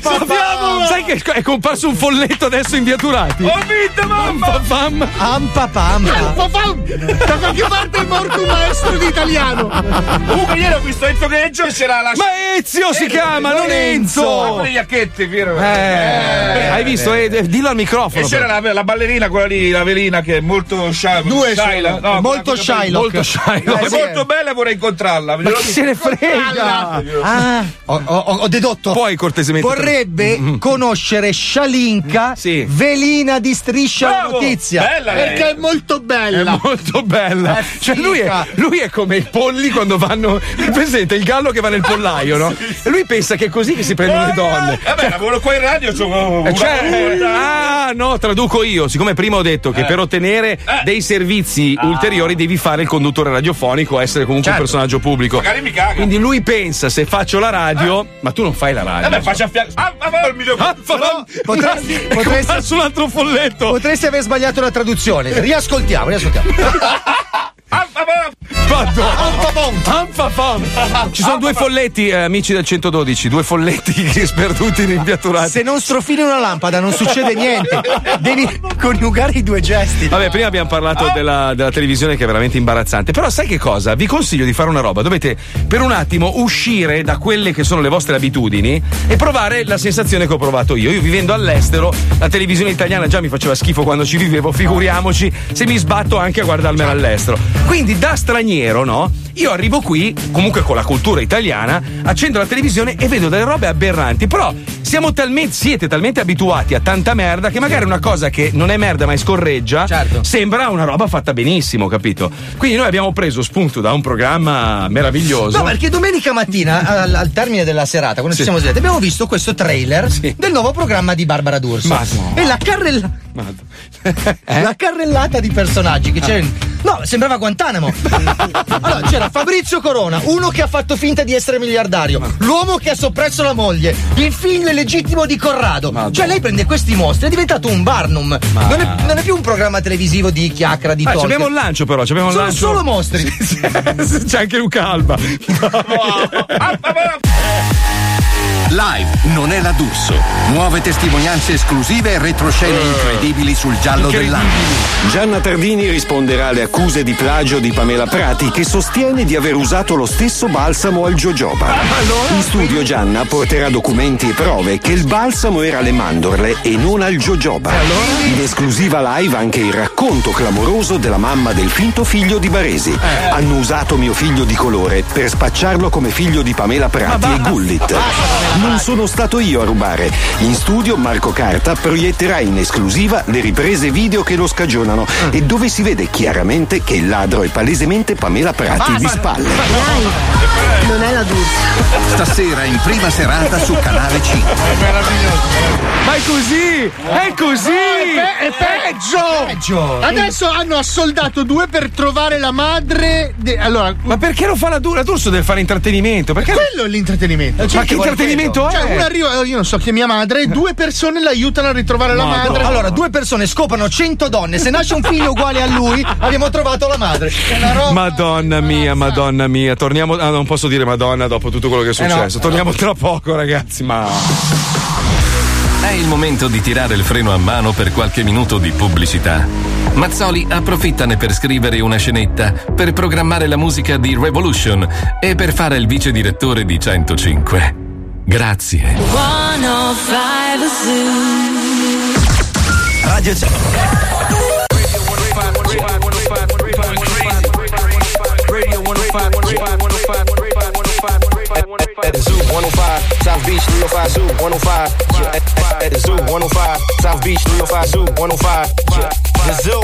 S4: Sappiamo! Sai che è comparso un folletto adesso in via Turati?
S19: Ho vinto, mamma!
S4: Pam
S5: Ampa pam.
S10: Ampa pam. Da qualche parte è morto un maestro di italiano.
S19: Comunque ieri ho visto Enzo Greggio e c'era la...
S4: Ma Ezio
S10: Eh,
S4: si chiama, non Enzo.
S19: Ma con le giacchette, vero?
S4: Eh, hai visto? Eh, eh, dillo al
S19: E
S4: microfono.
S19: c'era la, la ballerina, quella lì, la velina, che è molto shy.
S4: Due
S19: shy,
S4: sono.
S19: no,
S4: Molto
S19: quella cosa
S4: Shylock.
S19: bella.
S4: Molto Shylock.
S19: È
S4: Eh, sì.
S19: molto bella e vorrei incontrarla.
S4: Ma chi se ne frega?
S5: Ah, ho, ho- ho dedotto.
S4: Poi cortesemente.
S5: Vorrebbe
S4: Mm-hmm.
S5: conoscere Scialinca, velina di striscia alla
S4: Bravo,
S5: notizia.
S4: bella lei.
S10: Perché è molto bella.
S4: È molto bella.
S5: È
S4: Cioè, lui,
S5: figa.
S4: è, lui è come i polli quando vanno. Presente il gallo che va nel pollaio, no? E lui pensa che è così che si
S19: Eh,
S4: prendono le donne. Cioè,
S19: Vabbè, lavoro qua in radio, sono
S4: Eh,
S19: una
S4: Cioè, ah no, traduco io. Siccome prima ho detto che
S19: Eh. Ah.
S4: per ottenere dei servizi ulteriori devi fare il conduttore radiofonico, essere comunque un personaggio pubblico.
S19: Certo. Magari mi caga. Eh.
S4: Quindi lui pensa se faccio la radio, ma tu non fai la radio.
S19: Vabbè, faccia a fianco. Ah, ma va il mio
S4: Però
S5: potresti-
S4: È
S5: potresti-
S4: comparso un altro folletto.
S5: Potresti aver sbagliato la traduzione. Riascoltiamo, riascoltiamo. Ah,
S4: Ah, Ci sono due folletti, eh, amici del 112, due folletti che sperduti rimpiatturati.
S5: Se non strofili una lampada non succede niente. Devi coniugare i due gesti.
S4: Vabbè, prima abbiamo parlato della, della televisione che è veramente imbarazzante. Però sai che cosa? Vi consiglio di fare una roba. Dovete per un attimo uscire da quelle che sono le vostre abitudini e provare la sensazione che ho provato io. Io vivendo all'estero, la televisione italiana già mi faceva schifo quando ci vivevo, figuriamoci se mi sbatto anche a guardarmela all'estero. Quindi da straniero, no? Io arrivo qui, comunque con la cultura italiana, accendo la televisione e vedo delle robe aberranti, però siamo talmente, siete talmente abituati a tanta merda che magari una cosa che non è merda ma è scorreggia sembra una roba fatta benissimo, capito? Quindi noi abbiamo preso spunto da un programma meraviglioso.
S5: No, perché domenica mattina, al, al termine della serata, quando ci
S4: Sì.
S5: siamo svegliati, abbiamo visto questo trailer del nuovo programma di Barbara D'Urso.
S4: Ma no.
S5: E la carrella.
S4: Eh?
S5: La carrellata di personaggi
S4: Ah.
S5: che c'era. in- No, sembrava Guantanamo. Allora, c'era Fabrizio Corona, uno che ha fatto finta di essere miliardario, l'uomo che ha soppresso la moglie, il figlio illegittimo di Corrado. Cioè, lei prende questi mostri, è diventato un Barnum. Non è, non è più un programma televisivo di chiacchiera, di
S4: Ah,
S5: talk.
S4: abbiamo il lancio però, abbiamo il
S5: Sono
S4: lancio.
S5: solo mostri.
S4: C'è anche Luca Alba.
S7: Live non è la D'Urso. Nuove testimonianze esclusive e retroscene incredibili sul giallo dell'anno.
S20: Gianna Tardini risponderà alle accuse di plagio di Pamela Prati che sostiene di aver usato lo stesso balsamo al jojoba. In studio Gianna porterà documenti e prove che il balsamo era alle mandorle e non al jojoba. In esclusiva live anche il racconto clamoroso della mamma del finto figlio di Baresi. Hanno usato mio figlio di colore per spacciarlo come figlio di Pamela Prati e Gullit. Non sono stato io a rubare. In studio Marco Carta proietterà in esclusiva le riprese video che lo scagionano e dove si vede chiaramente che il ladro è palesemente Pamela Prati di spalle.
S19: Eh,
S7: Non è la D'Urso. Stasera in prima serata su Canale 5.
S4: Ma è così! È così!
S10: è, peggio! Adesso hanno assoldato due per trovare la madre. de- Allora,
S4: Ma perché lo fa la Dura? D'Urso deve fare intrattenimento. Perché
S10: quello è l'intrattenimento.
S4: Ma
S10: Cioè,
S4: che
S10: vuole
S4: intrattenimento
S10: quello?
S4: è?
S10: Cioè, uno arriva, io non so chi è mia madre, e due persone la aiutano a ritrovare la madre.
S5: Allora, due persone scopano 100 donne. Se nasce un figlio uguale a lui, abbiamo trovato la madre. È una roba.
S4: Madonna mia, madonna mia. Torniamo. Ah, non posso dire madonna dopo tutto quello che è
S2: Eh no.
S4: successo. Torniamo tra poco, ragazzi. Ma.
S2: È il momento di tirare il freno a mano per qualche minuto di pubblicità. Mazzoli approfittane per scrivere una scenetta, per programmare la musica di Revolution e per fare il vice direttore di 105. Grazie.
S9: 105 Zoo.
S2: Radio
S14: At the zoo, 105, South Beach, 305, zoo, 105. Yeah, at- At the zoo, 105, South Beach, 305, zoo, 105. Yeah, The zoo.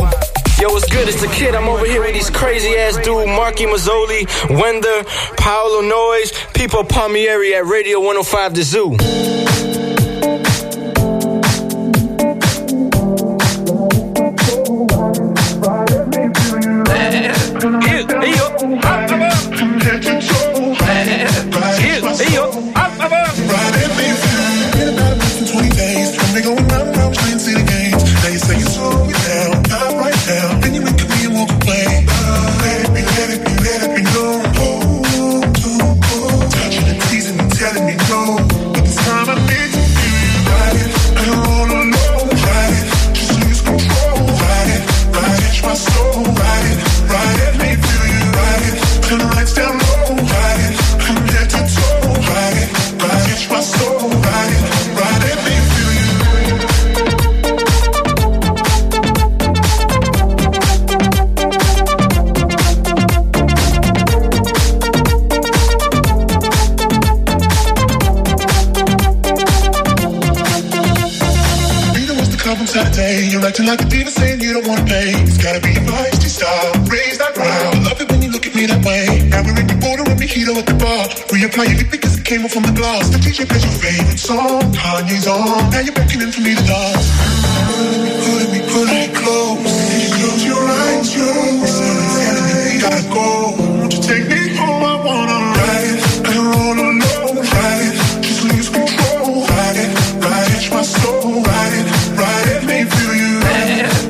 S14: Yo, what's good? It's the kid. I'm over here with these crazy ass dude, Marky Mazzoli, Wender, Paolo Noyes, People Palmieri at Radio 105 The Zoo.
S21: Rita wants to come from Saturday. You're acting like a diva saying you don't want to pay. It's gotta be your feisty style. Raise that ground. I love it when you look at me that way. Now we're in the border with Mojito at the bar. Reapply your lip because it came off on the glass. The DJ plays your favorite song. Kanye's on. Now you're beckoning for me to dance. Put me, put me, put me close. Close your eyes, you. Something's telling me we gotta go. Won't you take me home? I wanna ride it. I don't wanna know. Ride it. Just lose control. Ride it. Ride it, my soul. Ride it. Ride it, make me feel you.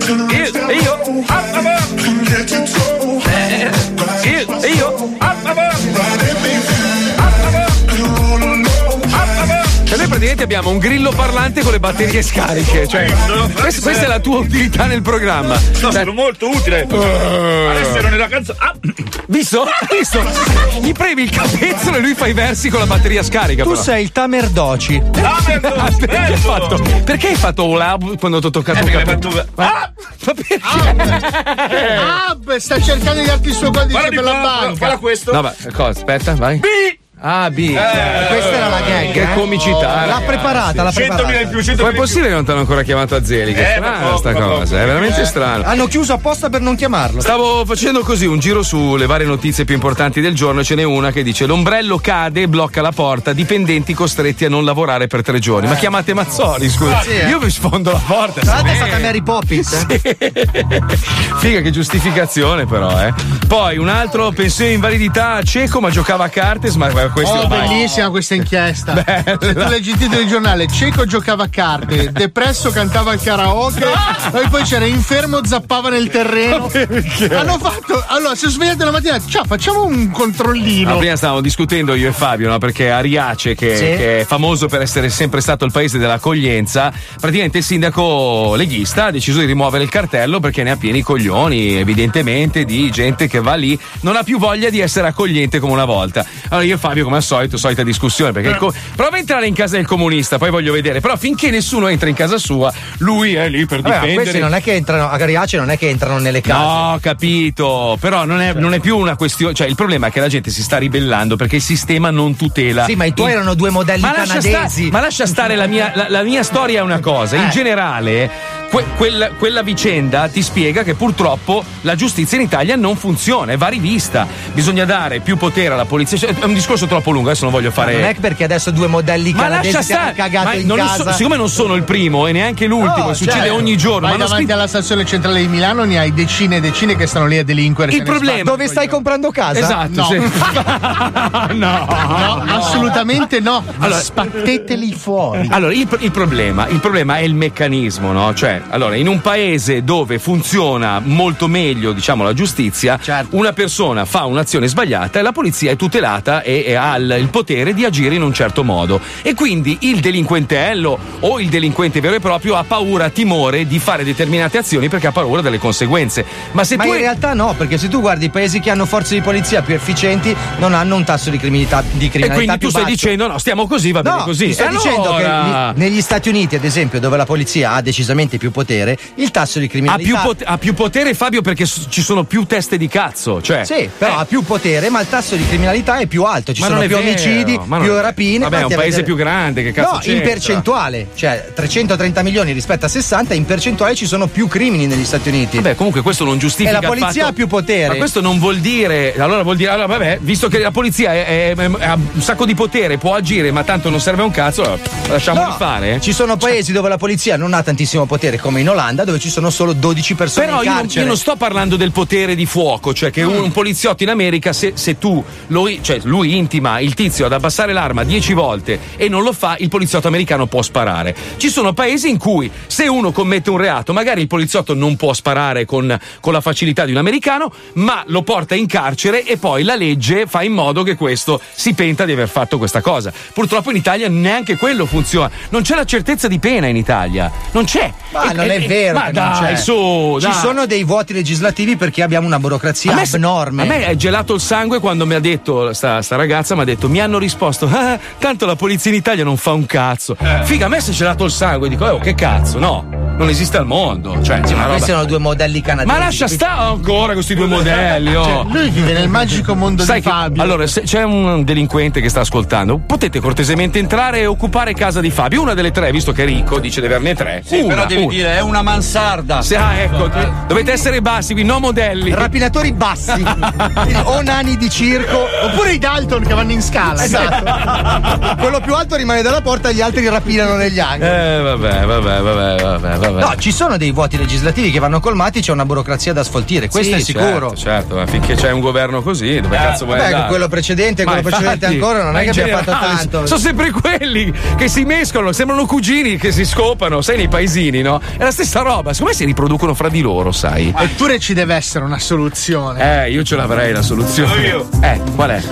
S21: Turn around, down low. Ride it. Come get your toe. Ride it, my soul. Ride it, make me feel you. I don't wanna know. Ride it.
S4: Cioè, noi praticamente abbiamo un grillo parlante con le batterie scariche. Cioè,
S11: Eh,
S4: questa, questa è la tua utilità nel programma. Eh.
S11: No, sono molto utile. Adesso ero nella canzone. Ah,
S4: Visto? Visto? Gli premi il capezzolo e lui fa i versi con la batteria scarica.
S5: Tu
S4: però.
S5: sei il Tamerdoci.
S4: Ah, perché hai fatto?
S11: Eh,
S4: Perché hai fatto un lab quando ti ho toccato il capezzolo? Ah!
S10: Ab Eh. Ah, sta cercando di darti il suo codice per la banca.
S4: No, ma cosa? Aspetta, vai. B! Ah, B.
S11: Eh.
S10: questa era la gag,
S4: Che
S10: eh?
S4: comicità.
S10: L'ha
S4: ragazzi.
S10: preparata, l'ha 100.000 preparata. in più, 100.000
S4: Ma
S10: in
S4: è
S10: più.
S4: possibile che non ti hanno ancora chiamato a Zeli? Che
S5: Eh,
S4: strana
S5: ma
S4: sta
S5: poco, ma
S4: cosa, è
S10: Eh.
S4: veramente strano.
S5: Hanno chiuso apposta per non chiamarlo.
S4: Stavo facendo così un giro sulle varie notizie più importanti del giorno e ce n'è una che dice l'ombrello cade e blocca la porta, dipendenti costretti a non lavorare per tre giorni.
S10: Eh.
S4: Ma chiamate Mazzoli, scusa.
S5: Ah, sì, eh.
S4: Io vi sfondo la porta.
S5: Guardate,
S4: sapete.
S5: è stata Mary Poppins. eh.
S4: Figa che giustificazione però, eh. Poi un altro pensione invalidità cieco ma giocava a carte, ma questo
S10: oh,
S4: ormai-
S10: bellissima questa inchiesta.
S4: Bella.
S10: Se tu leggi il titolo del giornale, cieco giocava a carte, depresso cantava al karaoke,
S4: Ah!
S10: poi poi c'era infermo zappava nel terreno. Hanno fatto. Allora, si sono svegliati la mattina, ciao, facciamo un
S4: No,
S10: controllino.
S4: prima stavamo discutendo io e Fabio, no? perché Ariace, che,
S10: Sì.
S4: che è famoso per essere sempre stato il paese dell'accoglienza, praticamente il sindaco leghista ha deciso di rimuovere il cartello perché ne ha pieni i coglioni, evidentemente, di gente che va lì, non ha più voglia di essere accogliente come una volta. Allora io e Fabio, come al solito, solita discussione, perché il co- prova a entrare in casa del comunista, poi voglio vedere, però finché nessuno entra in casa sua, lui è lì per
S5: Vabbè, ma
S4: difendere.
S5: questi non è che entrano, a Gariace non è che entrano nelle case.
S4: No, capito, però non è, non è più una questione, cioè il problema è che la gente si sta ribellando perché il sistema non tutela.
S5: Sì, ma i tuoi
S4: Il-
S5: erano due modelli
S4: Ma lascia,
S5: canadesi.
S4: sta- ma lascia stare la mia, la, la mia storia è una cosa, in
S5: Eh.
S4: generale que- quel- quella vicenda ti spiega che purtroppo la giustizia in Italia non funziona e va rivista, bisogna dare più potere alla polizia, Cioè, è un discorso troppo lungo, adesso non voglio fare...
S5: Non è perché adesso due modelli
S4: Ma
S5: canadesi
S4: lascia
S5: si hanno
S4: stare,
S5: cagato
S4: ma
S5: in
S4: non
S5: casa.
S4: so- siccome non sono il primo e neanche l'ultimo,
S10: No,
S4: succede
S10: certo.
S4: ogni giorno.
S10: Vai
S4: ma hanno
S10: davanti alla stazione centrale di Milano, ne hai decine e decine che stanno lì a delinquere.
S4: Il
S10: se ne
S4: problema-
S10: sbattono.
S4: Dove stai
S5: comprando casa?
S4: Esatto,
S10: No.
S4: sì.
S10: no, assolutamente no.
S4: Allora-
S10: Spatteteli fuori.
S4: Allora, il, il problema, il problema è il meccanismo, no? Cioè, allora, in un paese dove funziona molto meglio, diciamo, la giustizia,
S5: Certo.
S4: una persona fa un'azione sbagliata e la polizia è tutelata e, e ha il, il potere di agire in un certo modo. E quindi il delinquentello o il delinquente vero e proprio ha paura, timore di fare determinate azioni perché ha paura delle conseguenze. Ma se
S5: ma
S4: tu
S5: in realtà no, perché se tu guardi i paesi che hanno forze di polizia più efficienti non hanno un tasso di criminalità, di
S4: e
S5: criminalità
S4: quindi
S5: più
S4: tu stai
S5: basso.
S4: dicendo no, stiamo così, va bene
S5: No,
S4: così.
S5: ti sto
S4: E
S5: dicendo che
S4: allora-
S5: li- negli Stati Uniti, ad esempio, dove la polizia ha decisamente più potere, il tasso di
S4: Ha
S5: criminalità Ah,
S4: più, pot- ha più potere Fabio perché s- ci sono più teste di cazzo. Cioè,
S5: Sì, però ha più potere, ma il tasso di criminalità è più alto. Ci
S4: Ma
S5: sono
S4: non è
S5: più
S4: vero,
S5: omicidi,
S4: ma non
S5: più
S4: è vero.
S5: rapine.
S4: Vabbè, è un
S5: Fatti
S4: paese più grande, che cazzo
S5: No, in
S4: c'entra?
S5: percentuale, cioè 330 milioni rispetto a 60, in percentuale ci sono più crimini negli Stati Uniti.
S4: Vabbè, comunque questo non giustifica.
S5: E la polizia
S4: il fatto-
S5: ha più potere.
S4: Ma questo non vuol dire. Allora vuol dire. Allora, vabbè, visto che la polizia è- è- è- ha un sacco di potere, può agire, ma tanto non serve a un cazzo, allora lasciamoli
S5: No,
S4: fare.
S5: Ci sono paesi dove la polizia non ha tantissimo potere, come in Olanda, dove ci sono solo 12 persone
S4: Però
S5: in
S4: io non,
S5: carcere. Mm.
S4: io non sto parlando del potere di fuoco, cioè che un, un poliziotto in America, se, se tu lo, cioè lui intima il tizio ad abbassare l'arma 10 volte e non lo fa, il poliziotto americano può sparare. Ci sono paesi in cui se uno commette un reato, magari il poliziotto non può sparare con, con la facilità di un americano, ma lo porta in carcere e poi la legge fa in modo che questo si penta di aver fatto questa cosa. Purtroppo in Italia neanche quello funziona. Non c'è la certezza di pena in Italia. Non c'è.
S5: Ma
S4: E-
S5: non
S4: e-
S5: è vero,
S4: Ma
S5: che non
S4: dai,
S5: c'è.
S4: su,
S5: ci
S4: dai.
S5: sono dei vuoti legislativi perché abbiamo una burocrazia abnorme.
S4: A me è gelato il sangue quando mi ha detto, sta, sta ragazza mi ha detto, mi hanno risposto, "Ah, tanto la polizia in Italia non fa un cazzo. Figa, a me si è gelato il sangue, dico, "Eh, oh, che cazzo, no, non esiste al mondo. Cioè,
S5: Sì,
S4: una
S5: ma
S4: roba-
S5: questi sono due modelli canadesi.
S4: Ma lascia stare ancora questi due modelli. oh.
S5: Cioè,
S10: lui vive nel magico mondo
S4: Sai
S10: di
S4: che-
S10: Fabio.
S4: allora, se c'è un delinquente che sta ascoltando, potete cortesemente entrare e occupare casa di Fabio. Una delle tre, visto che è ricco, dice di averne tre.
S11: Sì,
S4: Una,
S11: però devi
S4: una.
S11: dire, è una mansarda.
S4: Se- ah, ecco, eh, dovete essere bassi, qui no modelli. Eh,
S5: Rapinatori bassi. o nani di circo.
S10: Oppure i Dalton che vanno in scala.
S5: Esatto. Quello più alto rimane dalla porta e gli altri rapinano negli angoli.
S4: Eh, vabbè, vabbè, vabbè, vabbè, vabbè.
S5: No, ci sono dei vuoti legislativi che vanno colmati, c'è una burocrazia da sfoltire, questo è
S4: Sì,
S5: sicuro.
S4: Certo, certo, ma finché c'è un governo così, dove cazzo vuoi
S5: vabbè,
S4: andare?
S5: quello precedente,
S4: Ma
S5: quello precedente ancora non
S4: ma
S5: è che
S4: in Ah,
S5: abbia fatto
S4: generale,
S5: tanto.
S4: Sono sempre quelli che si mescolano, sembrano cugini che si scopano, sai, nei paesini, no? È la stessa roba, secondo me si riproducono fra di loro, sai?
S10: Ah. Eppure ci deve essere una soluzione.
S4: Eh, io ce l'avrei la soluzione. Eh, qual è?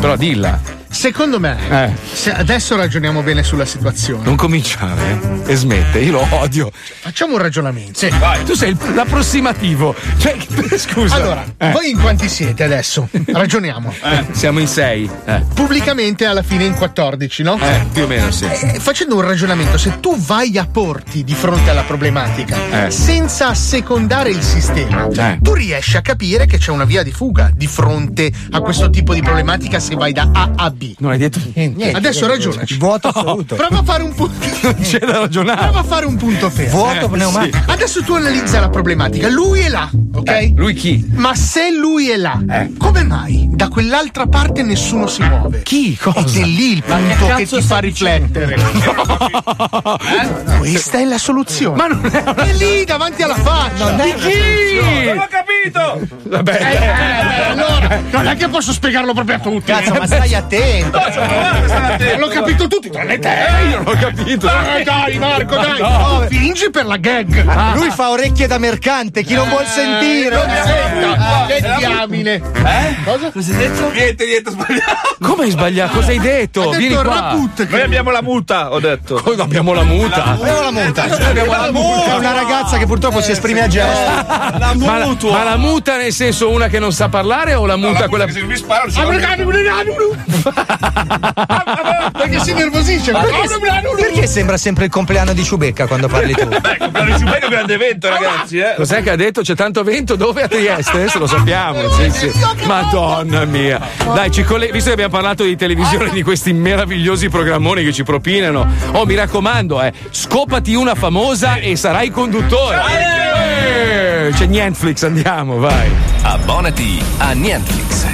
S4: Però dilla.
S10: Secondo me,
S4: Eh.
S10: se adesso ragioniamo bene sulla situazione.
S4: Non cominciare eh? e smette, io lo odio.
S10: Facciamo un ragionamento.
S4: Tu sei il- l'approssimativo. Cioè, scusa.
S10: Allora,
S4: Eh.
S10: voi in quanti siete adesso? Ragioniamo.
S4: Eh, siamo in sei. Eh.
S10: Pubblicamente alla fine in 14, no?
S4: Eh, più o meno sì.
S10: Eh, Facendo un ragionamento, se tu vai a porti di fronte alla problematica
S4: Eh.
S10: senza assecondare il sistema,
S4: Eh.
S10: tu riesci a capire che c'è una via di fuga di fronte a questo tipo di problematica se vai da A a B.
S4: Non hai detto niente.
S10: Adesso ragionaci.
S5: Vuoto
S10: assoluto. Prova a fare un punto.
S4: C'è da ragionare.
S10: Prova a fare un punto fermo.
S4: Vuoto Eh, pneumatico. sì.
S10: Adesso tu analizza la problematica. Lui è là, ok?
S4: lui chi?
S10: Ma se lui è là, come mai da quell'altra parte nessuno si muove?
S4: Chi? Cosa?
S10: Ed è lì il
S4: Ma che
S10: punto che
S4: cazzo
S10: ti fa riflettere. Questa è la soluzione. Ma
S4: non è,
S10: lì davanti alla faccia.
S17: Non è
S10: Di
S17: una
S10: chi?
S17: soluzione. Non ho
S4: capito. eh.
S10: Eh, eh, allora, non è che posso spiegarlo proprio a tutti.
S5: Cazzo, ma stai attento.
S10: niente. L'ho capito tutti, tranne te.
S4: io non ho capito.
S10: Dai, Ah, dai, Marco, dai. Oh,
S5: No.
S10: Fingi per la gag.
S4: Ah.
S10: Eh,
S5: Lui fa orecchie da mercante, chi non vuol sentire.
S10: non senta.
S5: Ah,
S10: Che
S5: eh,
S10: diamine.
S4: Eh?
S10: Cosa?
S4: Cosa hai detto? Niente, niente, sbagliato. Come hai sbagliato? Cosa hai detto?
S22: Ha detto
S4: Vieni qua. Oh,
S22: raput, Noi abbiamo la muta, ho detto.
S4: abbiamo la muta?
S5: Abbiamo la muta.
S10: Eh,
S4: Abbiamo la muta.
S5: È una ragazza che purtroppo si esprime a gesto.
S10: Eh,
S4: La ma, la, ma la muta nel senso una che non sa parlare o la muta quella. Che se mi sparo,
S10: Perché si nervosisce.
S5: Ma perché, perché sembra sempre il compleanno di Ciubecca quando parli tu?
S22: è un grande evento, ragazzi, eh.
S4: Cos'è che ha detto? C'è tanto vento dove a Trieste? Adesso lo sappiamo. Sì, sì. Madonna mia. Dai, ci colle- visto che abbiamo parlato di televisione, di questi meravigliosi programmoni che ci propinano, oh, mi raccomando, eh, scopati una famosa e sarai conduttore. Eh, C'è Netflix, andiamo, vai.
S2: Abbonati a Netflix,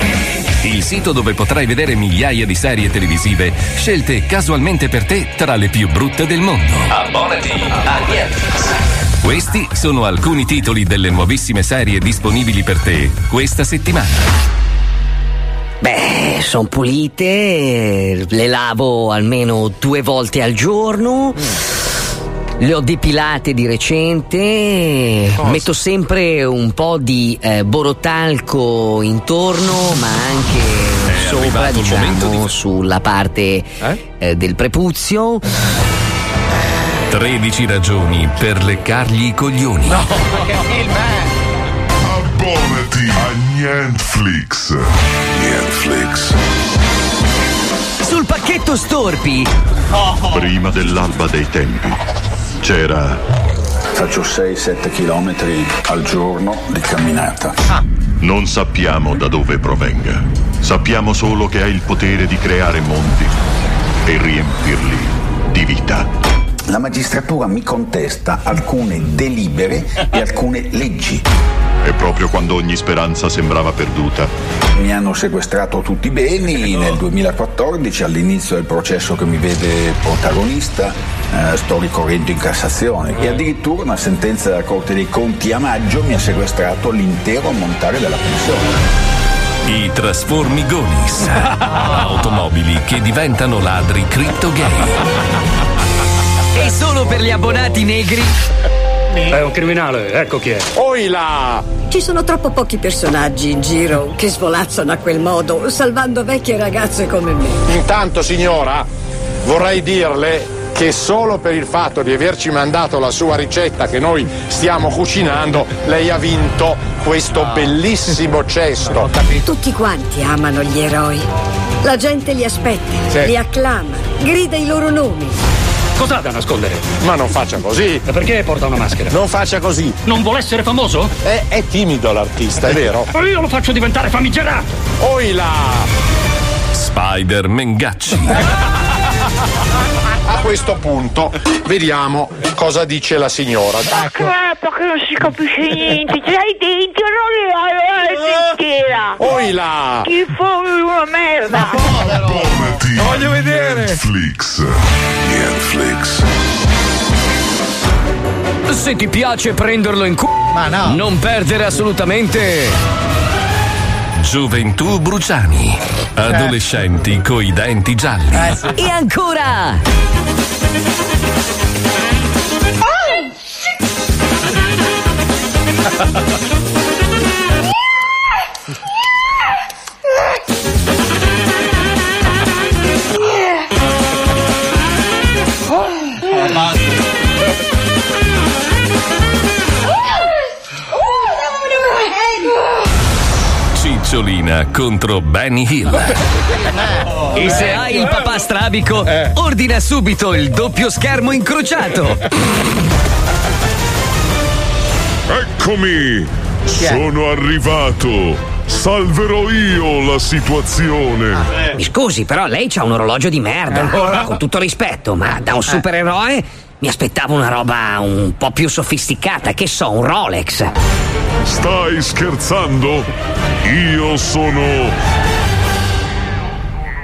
S2: il sito dove potrai vedere migliaia di serie televisive scelte casualmente per te tra le più brutte del mondo. Abbonati a Netflix. Questi sono alcuni titoli delle nuovissime serie disponibili per te questa settimana.
S23: Beh, sono pulite, le lavo almeno due volte al giorno.
S2: Mm.
S23: Le ho depilate di recente, metto sempre un po' di eh, borotalco intorno, ma anche sopra,
S2: Eh, arrivato il momento
S23: diciamo, sulla parte eh, del prepuzio.
S2: 13 ragioni per leccargli i coglioni.
S7: che film
S24: Abbonati a Netflix. Netflix.
S23: Sul pacchetto Storpi.
S24: Prima dell'alba dei tempi c'era
S19: Faccio 6-7 km al giorno di camminata.
S24: Non sappiamo da dove provenga. Sappiamo solo che ha il potere di creare mondi e riempirli di vita.
S19: La magistratura mi contesta alcune delibere e alcune leggi.
S24: E proprio quando ogni speranza sembrava perduta, Eh,
S19: Mi hanno sequestrato tutti i beni nel 2014 all'inizio del processo che mi vede protagonista, eh, sto ricorrendo in Cassazione
S24: Eh.
S19: e addirittura una sentenza della Corte dei Conti a maggio mi ha sequestrato l'intero ammontare della pensione.
S2: I Trasformigonis. Automobili che diventano ladri criptogay.
S23: E solo per gli abbonati negri.
S25: È un criminale, ecco chi è.
S26: Oila! Ci sono troppo pochi personaggi in giro che svolazzano a quel modo, salvando vecchie ragazze come me.
S20: Intanto, signora, vorrei dirle che solo per il fatto di averci mandato la sua ricetta che noi stiamo cucinando, lei ha vinto questo bellissimo cesto.
S26: Tutti quanti amano gli eroi. La gente li aspetta,
S20: Sì.
S26: li acclama, grida i loro nomi.
S20: Cos'ha da nascondere? Ma non faccia così. perché porta una maschera? Non faccia così. Non vuole essere famoso? È, è timido l'artista, è vero?
S25: Ma io lo faccio diventare famigerato!
S20: Oila!
S2: Spider Mengacci.
S20: A questo punto vediamo cosa dice la signora.
S7: Guarda che Eh, non si capisce niente, ce l'hai denti o non li hai la sentiera?
S20: Eh. Oila!
S7: Chi fa una merda?
S24: Voglio vedere! Netflix. Netflix.
S20: Se ti piace prenderlo in culo, ma no. Non perdere assolutamente.
S2: Gioventù Bruciani. Adolescenti coi denti gialli.
S23: E ancora!
S2: Cicciolina contro Benny Hill.
S23: E se hai il papà strabico, ordina subito il doppio schermo incrociato.
S24: Eccomi! Sono arrivato! Salverò io la situazione!
S23: Ah, Mi scusi, però lei c'ha un orologio di merda. Con tutto rispetto, ma da un supereroe mi aspettavo una roba un po' più sofisticata, che so, un Rolex.
S24: Stai scherzando? Io sono.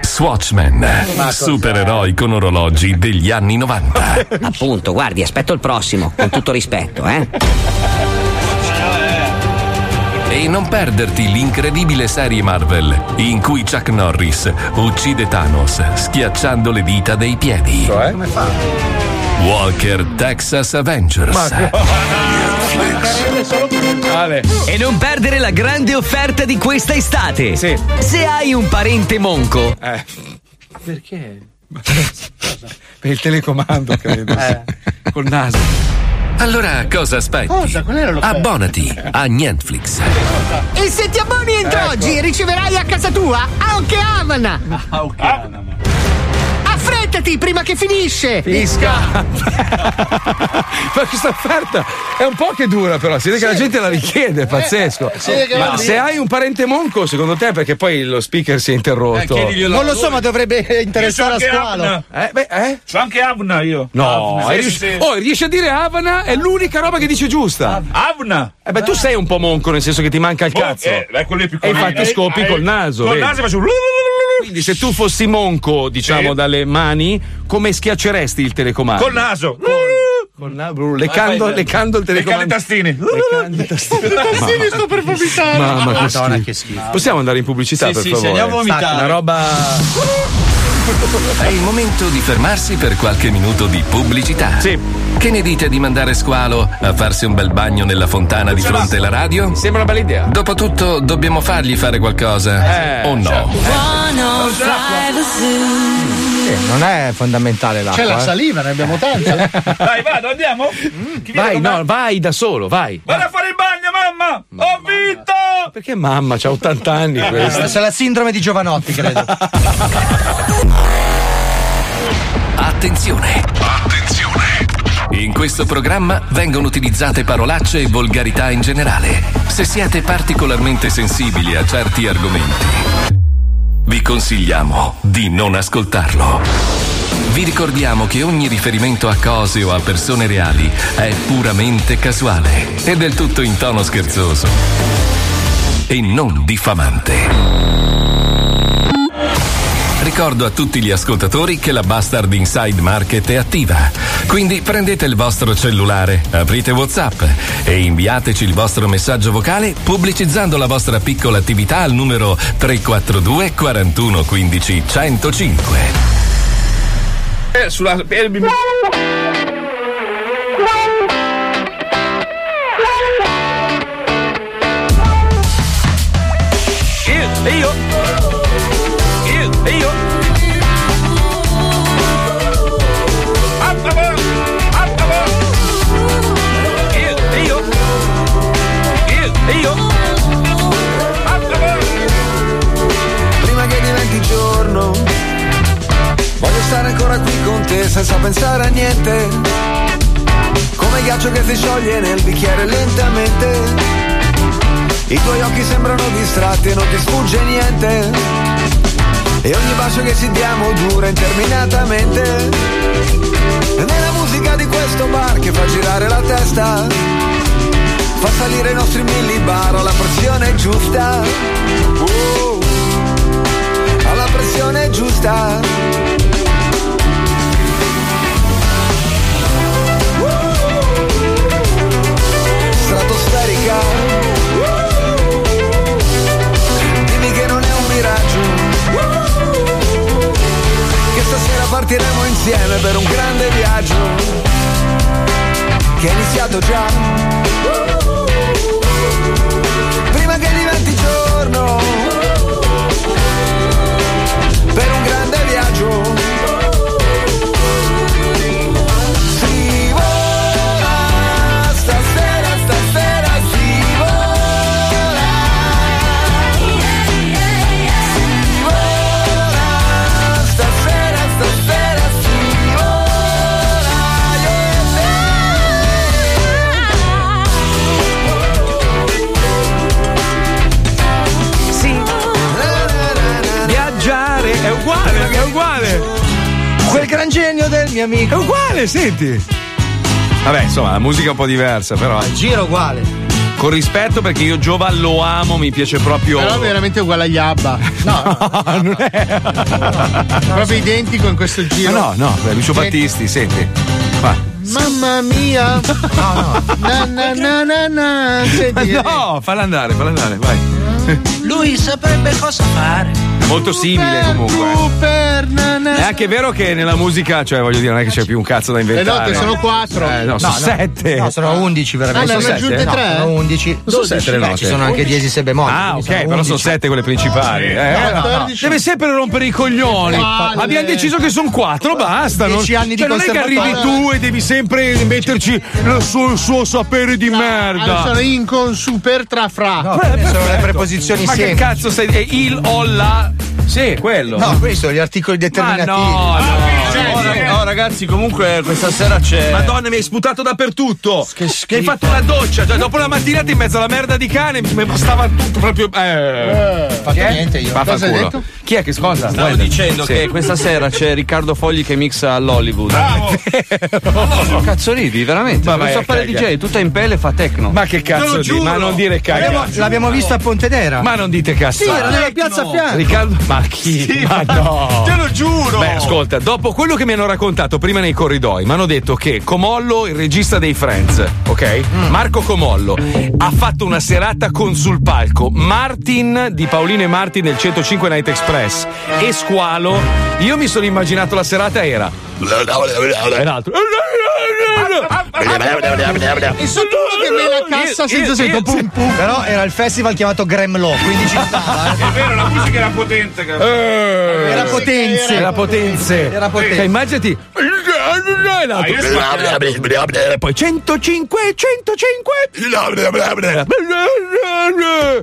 S2: Swatchman, supereroi con orologi degli anni 90.
S23: Appunto, guardi, aspetto il prossimo, con tutto rispetto, eh.
S2: E non perderti l'incredibile serie Marvel in cui Chuck Norris uccide Thanos schiacciando le dita dei piedi.
S4: Cioè?
S27: Come fa?
S2: Walker Texas Avengers.
S28: E non perdere la grande offerta di questa estate. Se hai un parente monco,
S4: Eh,
S19: Eh,
S4: Perché? Per il telecomando, credo. Col naso.
S2: Allora cosa aspetti?
S4: Cosa? Qual era l'offerta?
S2: Abbonati a Netflix.
S29: E se ti abboni entro
S2: Ecco.
S29: oggi riceverai a casa tua anche Amana! Affrettati prima che finisce!
S4: Fisca! Ma questa offerta è un po' che dura, però. Si vede che la gente la richiede, è pazzesco.
S5: Eh, si vede che
S4: Ma
S5: la-
S4: se hai un parente monco, secondo te, perché poi lo speaker si è
S19: Eh,
S4: interrotto?
S5: Non lo so, ma dovrebbe interessare a
S4: Io so che
S5: squalo.
S4: Eh, beh, eh?
S19: So anche Avna io.
S4: No,
S19: Ah, Sì,
S4: eh,
S19: sì,
S4: riesci-
S19: sì.
S4: oh, riesci a dire Avana è l'unica roba che dice giusta.
S19: Avna!
S4: Eh beh, tu sei un po' monco, nel senso che ti manca il
S19: Mon-
S4: cazzo.
S19: eh, beh, quello lì è più
S4: e infatti
S19: eh,
S4: scoppi
S19: eh,
S4: col naso.
S19: col
S4: vedi?
S19: naso faccio-
S4: Quindi se tu fossi monco, diciamo,
S19: Sì.
S4: dalle mani, come schiacceresti il telecomando?
S19: Col naso.
S4: Col Ah, naso. Leccando, leccando il telecomando.
S19: Leccando i tastini.
S4: Leccando i tastini.
S17: Tazzini sto per vomitare.
S4: Mamma, che
S5: Madonna,
S4: schifo.
S5: che schifo.
S4: Possiamo andare in pubblicità,
S5: Sì,
S4: per
S5: sì, sì,
S4: favore?
S5: andiamo a vomitare.
S4: Una roba.
S2: È il momento di fermarsi per qualche minuto di pubblicità. Sì. Che ne dite di mandare Squalo a farsi un bel bagno nella fontana di fronte alla radio?
S4: Sembra una bella idea. Eh,
S2: Dopotutto dobbiamo fargli fare qualcosa. o
S4: certo.
S2: no?
S5: Sì, non è fondamentale l'acqua.
S10: C'è la
S5: eh.
S10: saliva, ne abbiamo tanta.
S19: Dai, vado, andiamo?
S4: Mm. Vai, no, vai da solo, vai.
S19: Vado a fare il bagno, mamma! Ho vinto!
S4: Perché mamma, c'ha 80 anni questa.
S5: Questa è Eh, la sindrome di Giovanotti, credo.
S2: Attenzione! Attenzione! In questo programma vengono utilizzate parolacce e volgarità in generale. Se siete particolarmente sensibili a certi argomenti, vi consigliamo di non ascoltarlo. Vi ricordiamo che ogni riferimento a cose o a persone reali è puramente casuale e del tutto in tono scherzoso e non diffamante. Ricordo a tutti gli ascoltatori che la Bastard Inside Market è attiva, quindi prendete il vostro cellulare, aprite Whatsapp e inviateci il vostro messaggio vocale pubblicizzando la vostra piccola attività al numero 342 41 15 105.
S19: Eh, sulla. eh, mi-
S4: Io, e io. Io, e io.
S19: Attamo! Attamo! Io, io! Io, io! Attamo!
S8: prima che diventi giorno. Voglio stare ancora qui con te senza pensare a niente. Come ghiaccio che si scioglie nel bicchiere lentamente. I tuoi occhi sembrano distratti e non ti sfugge niente. E ogni bacio che ci diamo dura interminatamente. Nella musica di questo bar che fa girare la testa. Fa salire i nostri millibar alla pressione giusta. Oh alla pressione giusta. Stratosferica. Dimmi che non è un miraggio. Che stasera partiremo insieme per un grande viaggio. Che è iniziato già. Prima che diventi giorno per un grande viaggio. Si vola, stasera, stasera si vola. Si vola, stasera, stasera si vola. Io e te.
S4: Viaggiare è uguale, è uguale.
S5: Quel gran genio del mio amico.
S4: È uguale, senti. Vabbè, insomma, la musica è un po' diversa, però. eh.
S5: Il giro è uguale.
S4: Con rispetto, perché io Giova lo amo, mi piace proprio.
S10: Però è veramente uguale agli Abba. No,
S4: non è.
S10: proprio identico in questo
S4: Ma
S10: giro.
S4: Ah, no, no, beh, Lucio
S10: Senti.
S4: Battisti, senti. Va.
S10: Mamma mia! No, no. Na na na na na. Senti,
S4: No, falla andare, falla andare, vai.
S17: Lui saprebbe cosa fare.
S4: Molto simile comunque.
S10: Super na na.
S4: È anche vero che nella musica, cioè voglio dire, non è che c'è più un cazzo da
S10: Le
S4: inventare.
S10: note sono quattro.
S4: Eh, no, sono sette.
S5: No, sono 11 veramente.
S4: Ah, ne hanno aggiunte
S5: no,
S10: eh.
S4: tre?
S5: sono 11.
S4: Sono sette le
S5: Beh,
S4: note.
S5: ci sono anche
S4: 11.
S5: diesi e bemolle.
S4: Ah,
S5: quindi
S4: ok, però sono
S5: 11.
S4: sette quelle principali. Eh,
S5: No,
S4: no,
S5: no,
S4: no. Deve sempre rompere i coglioni.
S5: Palle.
S4: Abbiamo deciso che sono quattro, basta. Non,
S5: Dieci anni di
S4: cioè, non è che arrivi
S5: conservatorio.
S4: tu e devi sempre metterci lo suo- il suo sapere di merda.
S10: Allora, sono in con super tra fra.
S5: Ah, Sono le preposizioni
S4: Ma che
S5: semplici.
S4: cazzo sei? eh, Il o la. Sì, quello.
S5: No, questi sono gli articoli determinativi.
S3: Oh, rag- oh, ragazzi, comunque questa sera c'è.
S4: Madonna, mi hai sputato dappertutto. Che, hai fatto una doccia. Cioè, dopo la mattinata in mezzo alla merda di cane, mi bastava tutto proprio. Eh.
S5: fatto
S4: Chi è?
S5: niente io.
S4: Ma fa
S5: Cosa hai
S4: culo.
S5: detto?
S4: Chi è che scusa?
S3: Stavo
S4: Guarda.
S3: dicendo
S4: Sì.
S3: che questa sera c'è Riccardo Fogli che mixa all'Hollywood. Bravo! Cazzo ridi, veramente?
S4: Ma
S3: Ma
S4: vai
S3: vai,
S4: a
S3: fare
S4: cagare.
S3: DJ, tutta in pelle fa techno.
S4: Ma che cazzo di- ma non dire cagare.
S5: L'abbiamo, l'abbiamo vista a Pontedera.
S4: Ma non dite cazzo.
S5: Sì, era nella piazza a fianco.
S4: Riccardo, ma chi? ma no.
S5: te lo giuro.
S4: Oh. Beh, ascolta, dopo quello che mi hanno raccontato prima nei corridoi, mi hanno detto che Comollo, il regista dei Friends, ok?
S5: Mm.
S4: Marco Comollo ha fatto una serata con sul palco Martin di Paolino e Martin del 105 Night Express e Squalo. Io mi sono immaginato la serata era e l'altro
S19: Ah,
S7: Ah,
S10: E sono uno che me la
S19: Eh,
S10: cassa senza senso. Pum pum.
S5: Però era il festival chiamato Gremlo, quindi ci stava.
S19: È vero, la musica era potente.
S7: Eh.
S5: Era potenze.
S4: Era potenze.
S5: Era potenze.
S4: Cioè, immaginati. E l'altro. E poi 105, 105.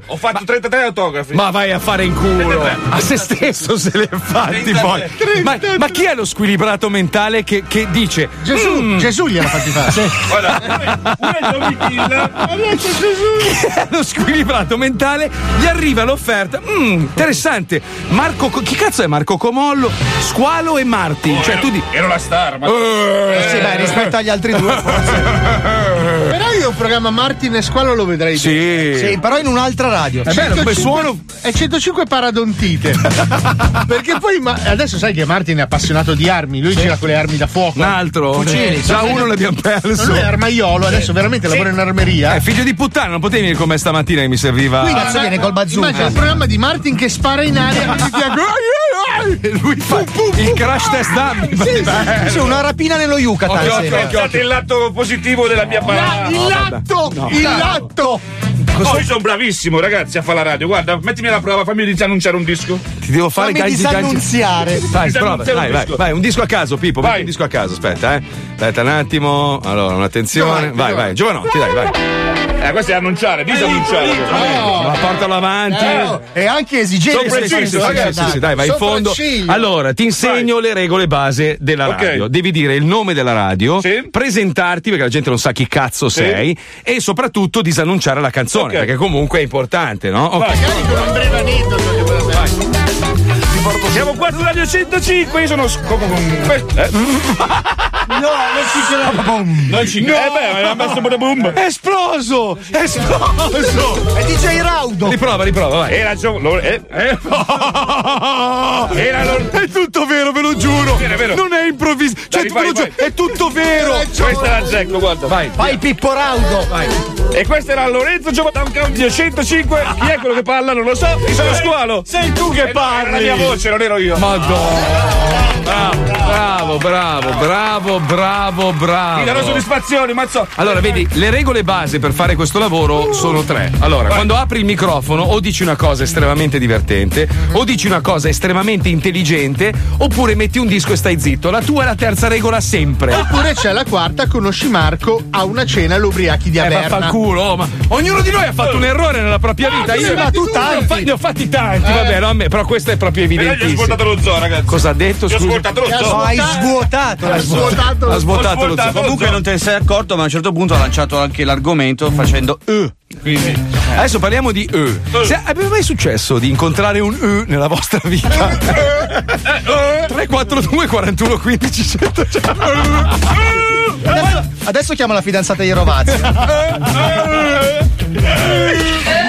S19: Ho fatto 33 autografi.
S4: Ma vai a fare in culo. A se stesso se le fatti poi. Ma, ma chi è lo squilibrato mentale che, che dice "Mm".
S10: Gesù, Gesù gliel'ha fatti fare.
S4: lo squilibrato mentale, gli arriva l'offerta. Mm, interessante. Marco, Co- chi cazzo è Marco Comollo? Squalo e Martin. Cioè, tu di.
S19: Oh, Ero la star, ma.
S4: Eh,
S5: Sì, beh, rispetto agli altri due.
S10: Però io il programma Martin e Squalo lo vedrei.
S4: Sì.
S5: Sì, però in un'altra radio.
S10: È È 105 paradontite. Perché poi ma- adesso sai che Martin è appassionato di armi, lui gira con le armi da fuoco.
S4: Un altro?
S10: Fucili. cioè,
S4: Eh, già uno l'abbiamo perso.
S10: Lui è armaiolo, adesso veramente lavora in armeria.
S4: Eh, figlio di puttana, non potevi venire con me stamattina che mi serviva.
S10: Quindi
S4: Ah,
S10: ma- Immagina il programma di Martin che spara in aria e
S4: lui fa il crash test
S10: Ah,
S4: dummy. Bello.
S5: C'è una rapina nello Yucatan.
S19: Occhio,
S5: sembra.
S19: occhio, occhio, occhio. il lato positivo della mia parola.
S10: Il latto! Il latto!
S19: Poi sono bravissimo, ragazzi, a fare la radio. Guarda, mettimi alla prova, fammi disannunciare un disco.
S4: Ti devo fare
S5: Fammi
S4: ganci ganci. Dai,
S5: disannunziare.
S19: Bisogna
S4: prova,
S19: iniziare
S4: dai, vai,
S19: un disco.
S4: vai, un disco a caso, Pippo, metti un disco a caso, aspetta, eh. Aspetta un attimo, allora, un'attenzione, vai, vai, Giovanotti, dai, vai.
S19: Eh, questo è annunciare, disannunciare. Eh,
S4: Ma portalo avanti.
S10: Eh, oh,
S5: E anche
S4: Sono
S5: esigente.
S4: preciso, sì, sì,
S5: ragazzi.
S4: sì, sì, dai, vai in
S5: Sopra
S4: fondo.
S5: il ciglio.
S4: Allora, ti insegno le regole base della
S19: Ok.
S4: radio. Devi dire il nome della radio, presentarti perché la gente non sa chi cazzo sei e soprattutto disannunciare la canzone, perché comunque è importante, no? Ok.
S19: Siamo qua su Radio 105, io sono. sc- Eh? Non ci credo. Eh beh, aveva messo pure boom.
S4: È esploso! È esploso!
S5: È DJ Raudo.
S4: Riprova, riprova, vai.
S19: Era gio- lo- eh, eh. Era lo-
S4: È tutto vero, ve lo giuro.
S19: Sì, è vero.
S4: Non è improvviso. Cioè,
S19: Dai,
S4: te
S19: vai,
S4: lo giuro,
S19: vai. Eh,
S4: è tutto vero.
S19: Questo era Zecco, guarda.
S4: Vai.
S5: Vai Pippo Raudo.
S19: E questo era Lorenzo Giovatan Cambio 105. Chi è quello che parla? Non lo so. Io sono squalo. Sei tu che parli. Era la mia voce, non ero io.
S4: Madonna. Bravo, bravo, bravo, bravo,
S19: Mi darò
S4: bravo.
S19: soddisfazioni, mazzo.
S4: Allora, vedi, le regole base per fare questo lavoro sono tre. Allora, quando apri il microfono o dici una cosa estremamente divertente, o dici una cosa estremamente intelligente, oppure metti un disco e stai zitto. La tua è la terza regola sempre.
S10: Oppure c'è la quarta, conosci Marco, a una cena l'ubriachi di
S4: Eh, ma
S10: Averna.
S4: fa culo, oh, ma ognuno di noi ha fatto un errore nella propria vita.
S10: tu
S4: Io
S10: ne hai fatti
S4: ne ho fa- ne ho fatti, tanti, vabbè, no, a me- però questo è proprio
S19: Però gli ho
S4: evidentissimo.
S19: ascoltato lo zoo, ragazzi.
S4: Cosa ha detto?
S19: Gli ho
S4: Scusa.
S19: ascoltato lo zoo.
S5: Hai svuotato la sua.
S10: Svuotato.
S4: Ha svuotato lo zoo.
S3: Comunque non te ne sei accorto, ma a un certo punto ha lanciato anche l'argomento facendo eh. Quindi
S4: Adesso parliamo di E. Se aveva mai successo di incontrare un E nella vostra vita? 342 41 15 100.
S5: Adesso, adesso chiama la fidanzata di Rovazzi.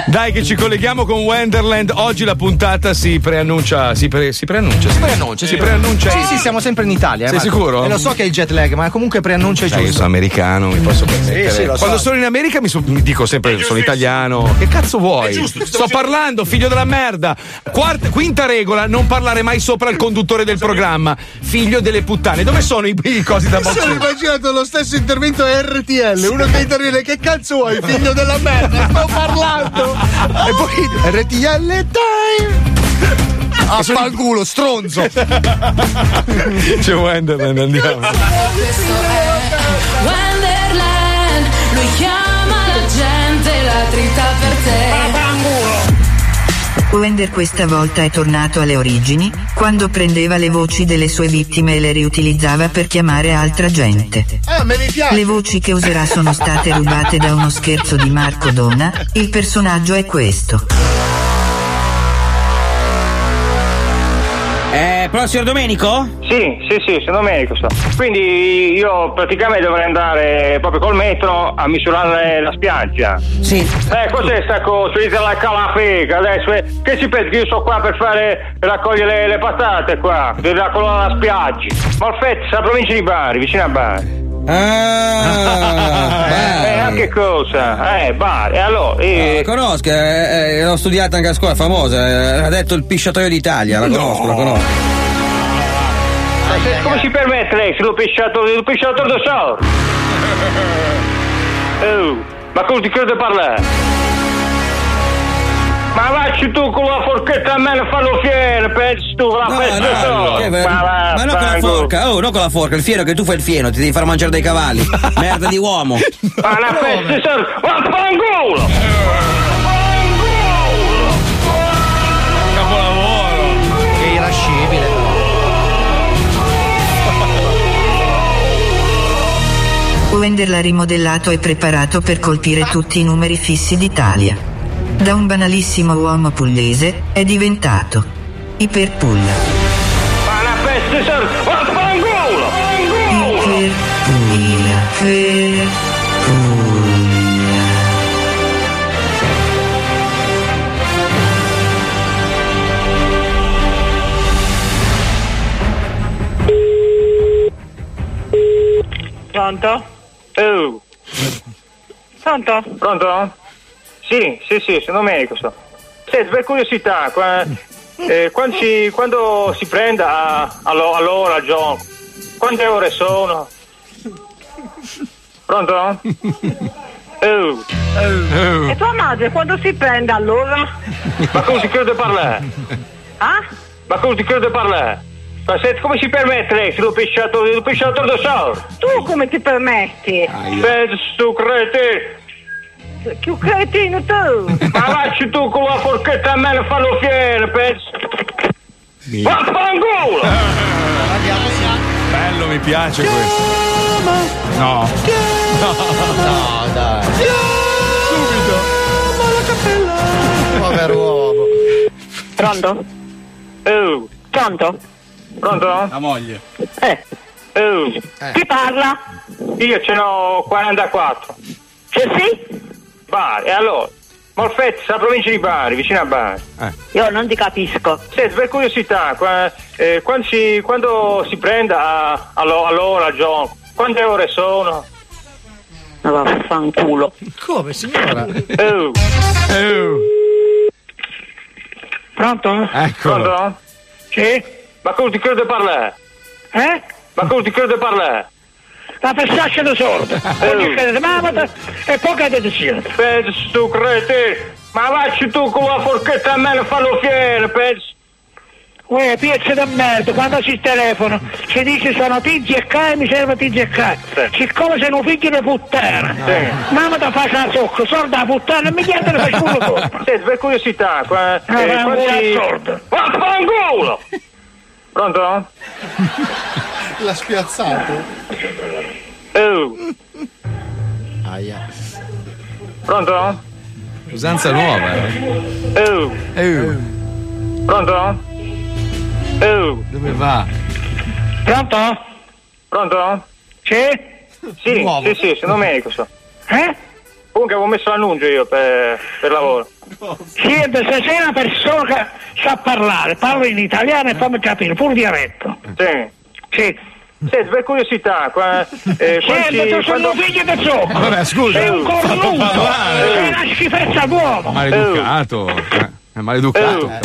S4: Dai, che ci colleghiamo con Wonderland. Oggi la puntata si preannuncia. Si, pre- si preannuncia. Si preannuncia. Si preannuncia.
S5: Sì, sì, siamo sempre in Italia. eh,
S4: Sei
S5: Marco.
S4: sicuro?
S5: E lo so che è il jet lag, ma comunque preannuncia è
S4: Dai, io
S5: giusto.
S4: sono americano, mi posso permettere.
S5: sì, lo so.
S4: Quando sono in America mi, so- mi dico sempre sono italiano. Che cazzo vuoi? Sto parlando, figlio della merda. Quarta- quinta regola, non parlare mai sopra il conduttore del programma. Figlio delle puttane. Dove sono i, i cosi da
S10: Mi sono
S4: boxing?
S10: immaginato lo stesso intervento a RTL, uno che interviene che cazzo vuoi, figlio della merda, sto parlando. E poi RTL time.
S19: Ah,
S5: Affalculo, stronzo.
S4: C'è Wonderland, andiamo.
S9: Wonderland, lui chiama la gente, la trita per te.
S30: Wender questa volta è tornato alle origini, quando prendeva le voci delle sue vittime e le riutilizzava per chiamare altra gente.
S10: Ah, me li piace.
S30: Le voci che userà sono state rubate da uno scherzo di Marco Dona, il personaggio è questo.
S15: Eh, però signor Domenico? Sì, sì, sì, sono Domenico. sto. Quindi io praticamente dovrei andare proprio col metro a misurare la spiaggia. Sì. Eh, cos'è sta cosa? Utilizza la calafega adesso. eh. Che si pensa che io sono qua per fare per raccogliere le patate qua? Della colonna alla spiaggia. Malfezza, la provincia di Bari, vicino a Bari. Eh, eh, che cosa? Eh, Bari. E allora,
S14: La
S15: eh,
S14: conosco, eh, eh, l'ho studiata anche a scuola, è famosa, eh, ha detto il pisciatoio d'Italia, la conosco, la conosco.
S15: Ma se- come si permette lei se l'ho pesciato, l'ho pesciato da solo? Oh, ma cosa ti credo parlare? Ma vacci tu con la forchetta a me e fallo fiero, pensi tu, la festa
S14: Ah, no,
S15: solo.
S14: che ver-
S15: Ma va,
S14: ma no con la
S15: fango.
S14: forca, oh, no con la forca, il fieno che tu fai il fieno, ti devi far mangiare dai cavalli. Merda di uomo.
S15: Ma la festa solo, ma fangulo!
S4: esatto.
S5: È irascibile.
S30: Wender l'ha rimodellato e preparato per colpire tutti i numeri fissi d'Italia. Da un banalissimo uomo pugliese è diventato Iperpulla.
S15: Ma la festa solo, ma fangulo!
S30: Iperpulla. Iperpulla.
S15: Pronto? Oh. Pronto? Pronto? Sì, sì, sì, sono medico. So. Senti, per curiosità, qua- eh, quando, si, quando si prende a- allo- all'ora, John, quante ore sono? Pronto? Oh.
S7: E tua madre quando si prende allora?
S15: Ma come si crede parlare?
S7: Ah?
S15: Ma come si crede parlare? Ma senti, come si permette lei se l'ho pesciato, l'ho pesciato da solo?
S7: Tu come ti permetti?
S15: Penso, crete,
S7: Che cretino tu!
S15: Ma lasci tu con la forchetta a me e fallo fiero, pezzo! Vaffanculo!
S4: Bello, mi piace questo. No. No, no dai.
S10: Povero uomo.
S7: Pronto?
S15: Oh.
S7: Pronto?
S15: Pronto? La moglie. Eh. Oh.
S10: Eh.
S7: Chi parla?
S15: Io ce n'ho 44.
S7: Che sì?
S15: Bari, e allora? Molfezza, provincia di Bari, vicino a Bari.
S7: Eh. Io non ti capisco.
S15: Senti, per curiosità, qua- eh, quando, si, quando si prende a- allo- all'ora, John, quante ore sono?
S7: Ma vaffanculo.
S10: Come signora?
S15: Oh.
S7: Pronto?
S15: Eccolo. Pronto? Sì? Ma come ti credo parlare? Ε?
S7: Eh?
S15: Ma come ti credo parlare?
S7: La pesciaccia da sorda. Oggi credete mamma
S15: ε,
S7: e poi credete sì.
S15: Pensi tu crete? Ma vacci tu con la forchetta a me e fallo fiero, pensi?
S7: Uè, piazza da merda, quando si telefono ci dice sono Tizio e Cai, mi serve Tizio e Cai. Siccome sei un figlio di puttana, mamma ti fa la socca, sorda da puttana, mi chiede le fai culo tu.
S15: Senti, per curiosità, qua... eh,
S7: Ah, vai, vai, sordo.
S15: Vaffanculo! Pronto?
S10: L'ha spiazzato?
S15: Oh. Pronto?
S4: Usanza nuova. eh.
S15: Oh. Pronto? Oh.
S4: Dove va?
S15: Pronto? Pronto? Sì? Sì, sì, sì, sono medico. So. Eh? Comunque avevo messo l'annuncio io per, per lavoro.
S7: Siete, se sei una persona che sa parlare, parla in italiano e fammi capire, pur dialetto.
S15: Sì.
S7: Sì.
S15: Senti, per curiosità, qua, eh,
S7: Siete, tu sei un figlio di zocco.
S15: Ah, Vabbè, scusa.
S7: Sei un cornuto.
S4: parlare.
S7: Sei una schifezza d'uomo.
S4: Maleducato. eh, È maleducato.
S5: Eh,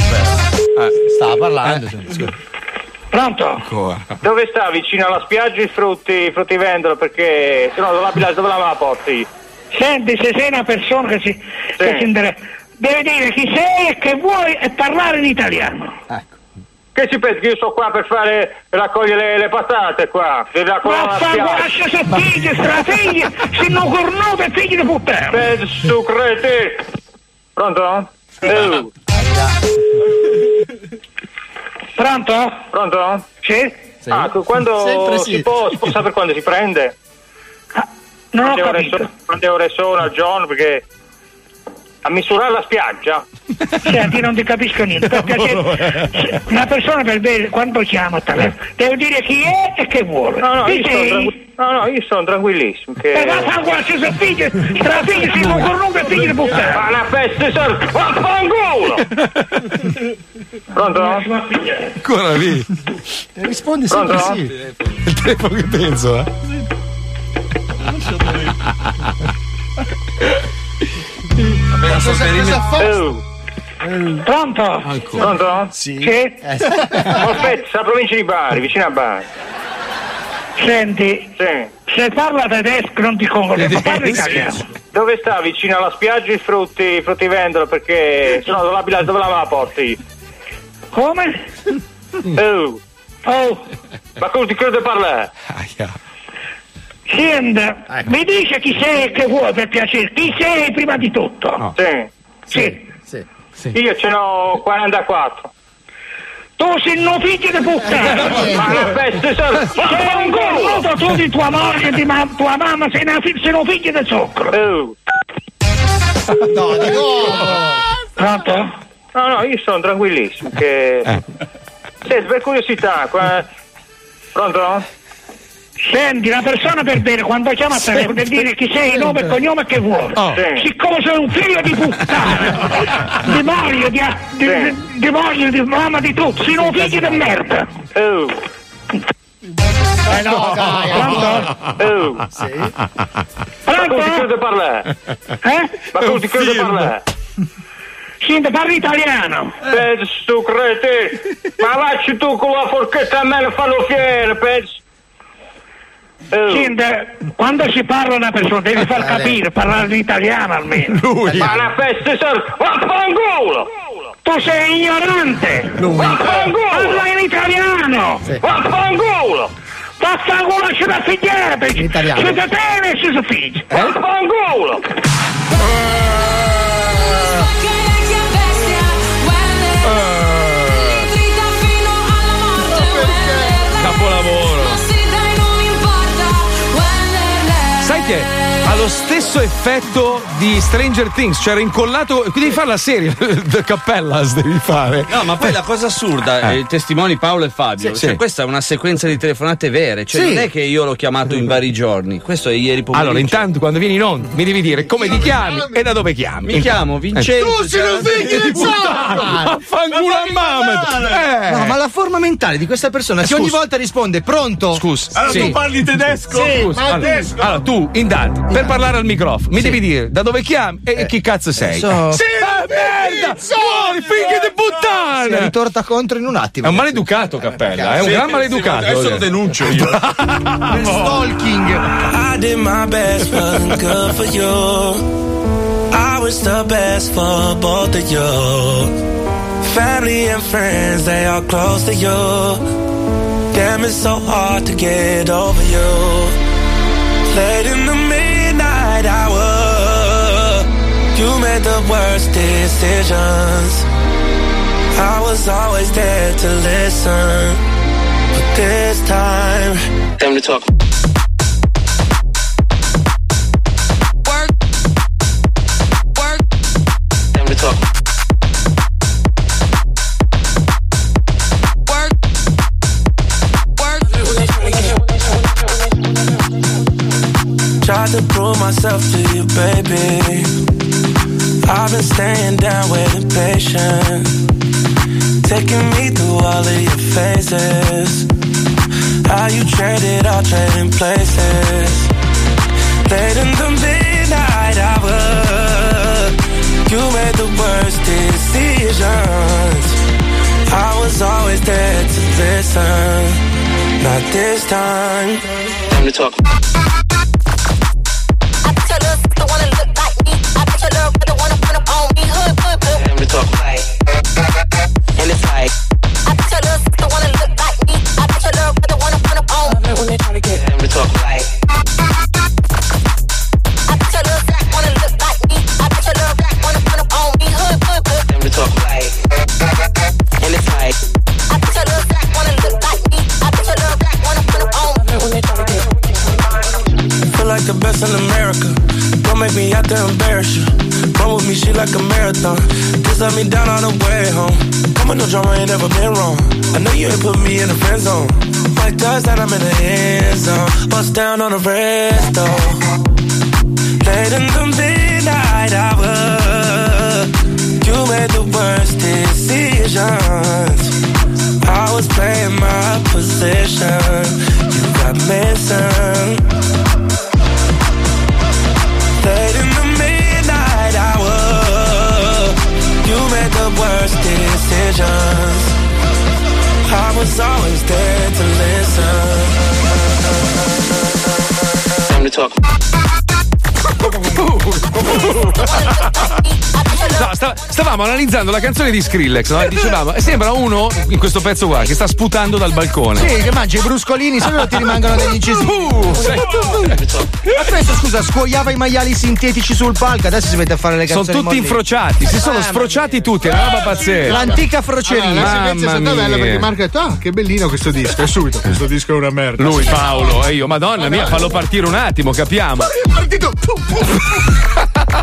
S4: Eh.
S5: Stava parlando. cioè,
S7: Pronto?
S4: Ancora.
S15: Eh, Dove sta? Vicino alla spiaggia i frutti, i fruttivendolo? Perché se no dove la, dove la me la porti?
S7: Senti, se sei una persona che si, che si inter- Devi dire chi sei e che vuoi e parlare in italiano.
S15: Che ci pensi che io sto qua per fare raccogliere le, le patate qua? Se la
S7: Ma
S15: la
S7: fa guascia se figli, strafigli, se non cornuto e Eh, figli di puttana.
S15: Penso crete. Pronto? Eh,
S7: Pronto?
S15: Pronto?
S7: Sì?
S15: Ah, cu- quando
S7: Sempre sì.
S15: si può, si può sapere quando si prende?
S7: Ah, non ho
S15: Quante ore
S7: capito.
S15: sono- Quante ore sono al giorno? Perché a misurare la spiaggia?
S7: Senti, non ti capisco niente. Per piacere, se- una persona per bene, quando chiama al telefono, deve dire chi è e che vuole.
S15: No, no,
S7: chi
S15: io sono,
S7: sei?
S15: tranqu- no, no, io sono tranquillissimo. Che...
S7: E va a fare guascia se figli, strafigli, se non cornuto e figli di puttana.
S15: Ma la peste sono... Vaffanculo! Pronto?
S4: Ancora lì.
S21: Eh, Rispondi sempre
S4: Pronto?
S21: sì.
S4: Il telefono che penso, eh.
S21: Ma cosa, cosa fa?
S7: Pronto?
S15: Oh. Pronto?
S7: Sì.
S21: Eh.
S15: Molfetta, la provincia di Bari, vicino a Bari.
S7: Senti, se parla tedesco non ti concordo, ma parla italiano.
S15: Dove sta? Vicino alla spiaggia i frutti, i fruttivendolo, perché se no dove la, dove la me la porti?
S7: Come?
S15: Oh.
S7: Oh.
S15: Ma come ti credo parlare?
S7: Senti, mi dice chi sei e che vuoi per piacere, chi sei prima di tutto.
S15: Sì.
S7: Sì.
S15: Io ce n'ho 44.
S7: Tu sei un figlio di puttana!
S21: Eh,
S15: Ma la peste sono...
S7: Sei un cornuto tu di tua moglie, di ma- tua mamma, sei, una fi- sei un figlio di zucchero!
S15: Eh.
S21: No, di nuovo.
S7: Pronto? Eh.
S15: No, no, io sono tranquillissimo. Che... Senti, per curiosità, qua... Pronto?
S7: Senti, una persona per bene, quando chiama a telefono deve dire chi sei, nome e cognome che vuole.
S15: Oh. Sì.
S7: Siccome sei un figlio di puttana, di moglie, di, di, di moglie, di mamma, di tutto, sei un figlio di merda.
S21: Eh no,
S4: Ah,
S21: dai.
S7: Pronto?
S15: Oh. Ma come ti credo parlare?
S7: Eh?
S15: Ma come ti credo parlare?
S7: Senti, parli italiano.
S15: Pensi tu crete? Ma vacci tu con la forchetta a me lo fanno fiere, Eh. pensi?
S7: Senti, quando si parla a una persona devi far capire, parlare l'italiano almeno.
S15: Ma la peste sono... Vaffanculo!
S7: Tu sei ignorante!
S15: Lui.
S7: Vaffanculo! Parla in italiano!
S15: Sì.
S7: Vaffanculo! Vaffanculo c'è da figliere! perché
S21: italiano.
S7: C'è da te e c'è da figli!
S15: Vaffanculo!
S4: Capolavoro. Sai che ha lo stesso effetto di Stranger Things, cioè era incollato. Quindi devi fare la serie The Cappellas, devi fare.
S31: No, ma poi la cosa assurda, eh, i testimoni Paolo e Fabio,
S4: Sì,
S31: cioè
S4: sì.
S31: questa è una sequenza di telefonate vere, cioè
S4: Sì.
S31: non è che io l'ho chiamato in vari giorni, questo è ieri pomeriggio.
S4: Allora, intanto quando vieni in onda mi devi dire come ti chiami e da dove chiami.
S31: Mi chiamo Vincenzo.
S4: Eh. Vaffanculo a Eh. mamma!
S5: No, ma la forma mentale di questa persona che ogni volta risponde pronto.
S4: Scusa.
S5: Allora
S4: sì.
S5: tu parli tedesco?
S4: Sì,
S5: Scusa,
S4: ma
S5: allora-
S4: tedesco. Allora, tu, intanto, per parlare al microfono, mi devi dire da dove chiami e chi cazzo sei.
S5: Eh, so.
S4: Sì, ah, merda! Fuori, figli di
S5: Si è
S4: puttana!
S5: ritorta contro in un attimo.
S4: È un maleducato Cappella, è un
S5: Eh, Sì,
S4: gran
S5: sì,
S4: maleducato.
S5: adesso lo
S4: denuncio io.
S5: Stalking.
S11: I did my best, wasn't good for you. I was the best for both of you. Family and friends, they are close to you. Damn, it's so hard to get over you. Late in the midnight hour, you made the worst decisions. I was always there to listen, but this time, time to talk.
S32: Work. Work.
S11: Time to talk.
S32: Work. Work.
S11: Tried to prove myself to you, baby. I I've been staying down with impatience. Taking me through all of your phases. How you traded all trading places. Late in the midnight hour. You made the worst decisions. I was always there to listen. Not this time. Time to talk. Feel like the best in America. Don't make me out there embarrass you. Run with me, she like a marathon. Just let me down on the way home. Come with no drama, ain't never been wrong. I know you ain't put me in the friend zone. Like does that I'm in the end zone. Bust down on the rest though. Late in the midnight hour. You made the worst decisions. I was playing my position. You got missing. Late in the midnight hour, you made the worst decisions. I was always there to listen. Time to talk.
S4: No, sta- stavamo analizzando la canzone di Skrillex, no? E dicevamo, e sembra uno in questo pezzo qua che sta sputando dal balcone.
S5: Sì, che mangi i bruscolini, se no ti rimangono degli incisivi. Ma questo, scusa, scuoiava i maiali sintetici sul palco, adesso si mette a fare le
S4: Sono
S5: canzoni.
S4: tutti
S5: morbide.
S4: infrociati, si sono
S5: Ah,
S4: sfrociati tutti, è una roba pazzesca.
S5: L'antica froceria.
S10: Allora, la sequenza è stata
S4: Mamma
S10: bella
S4: mia.
S10: perché Marco ha detto: Ah, che bellino questo disco. E subito, questo disco è una merda.
S4: Lui Paolo e io, madonna mia, fallo partire un attimo, capiamo.
S10: È partito. pum, pum.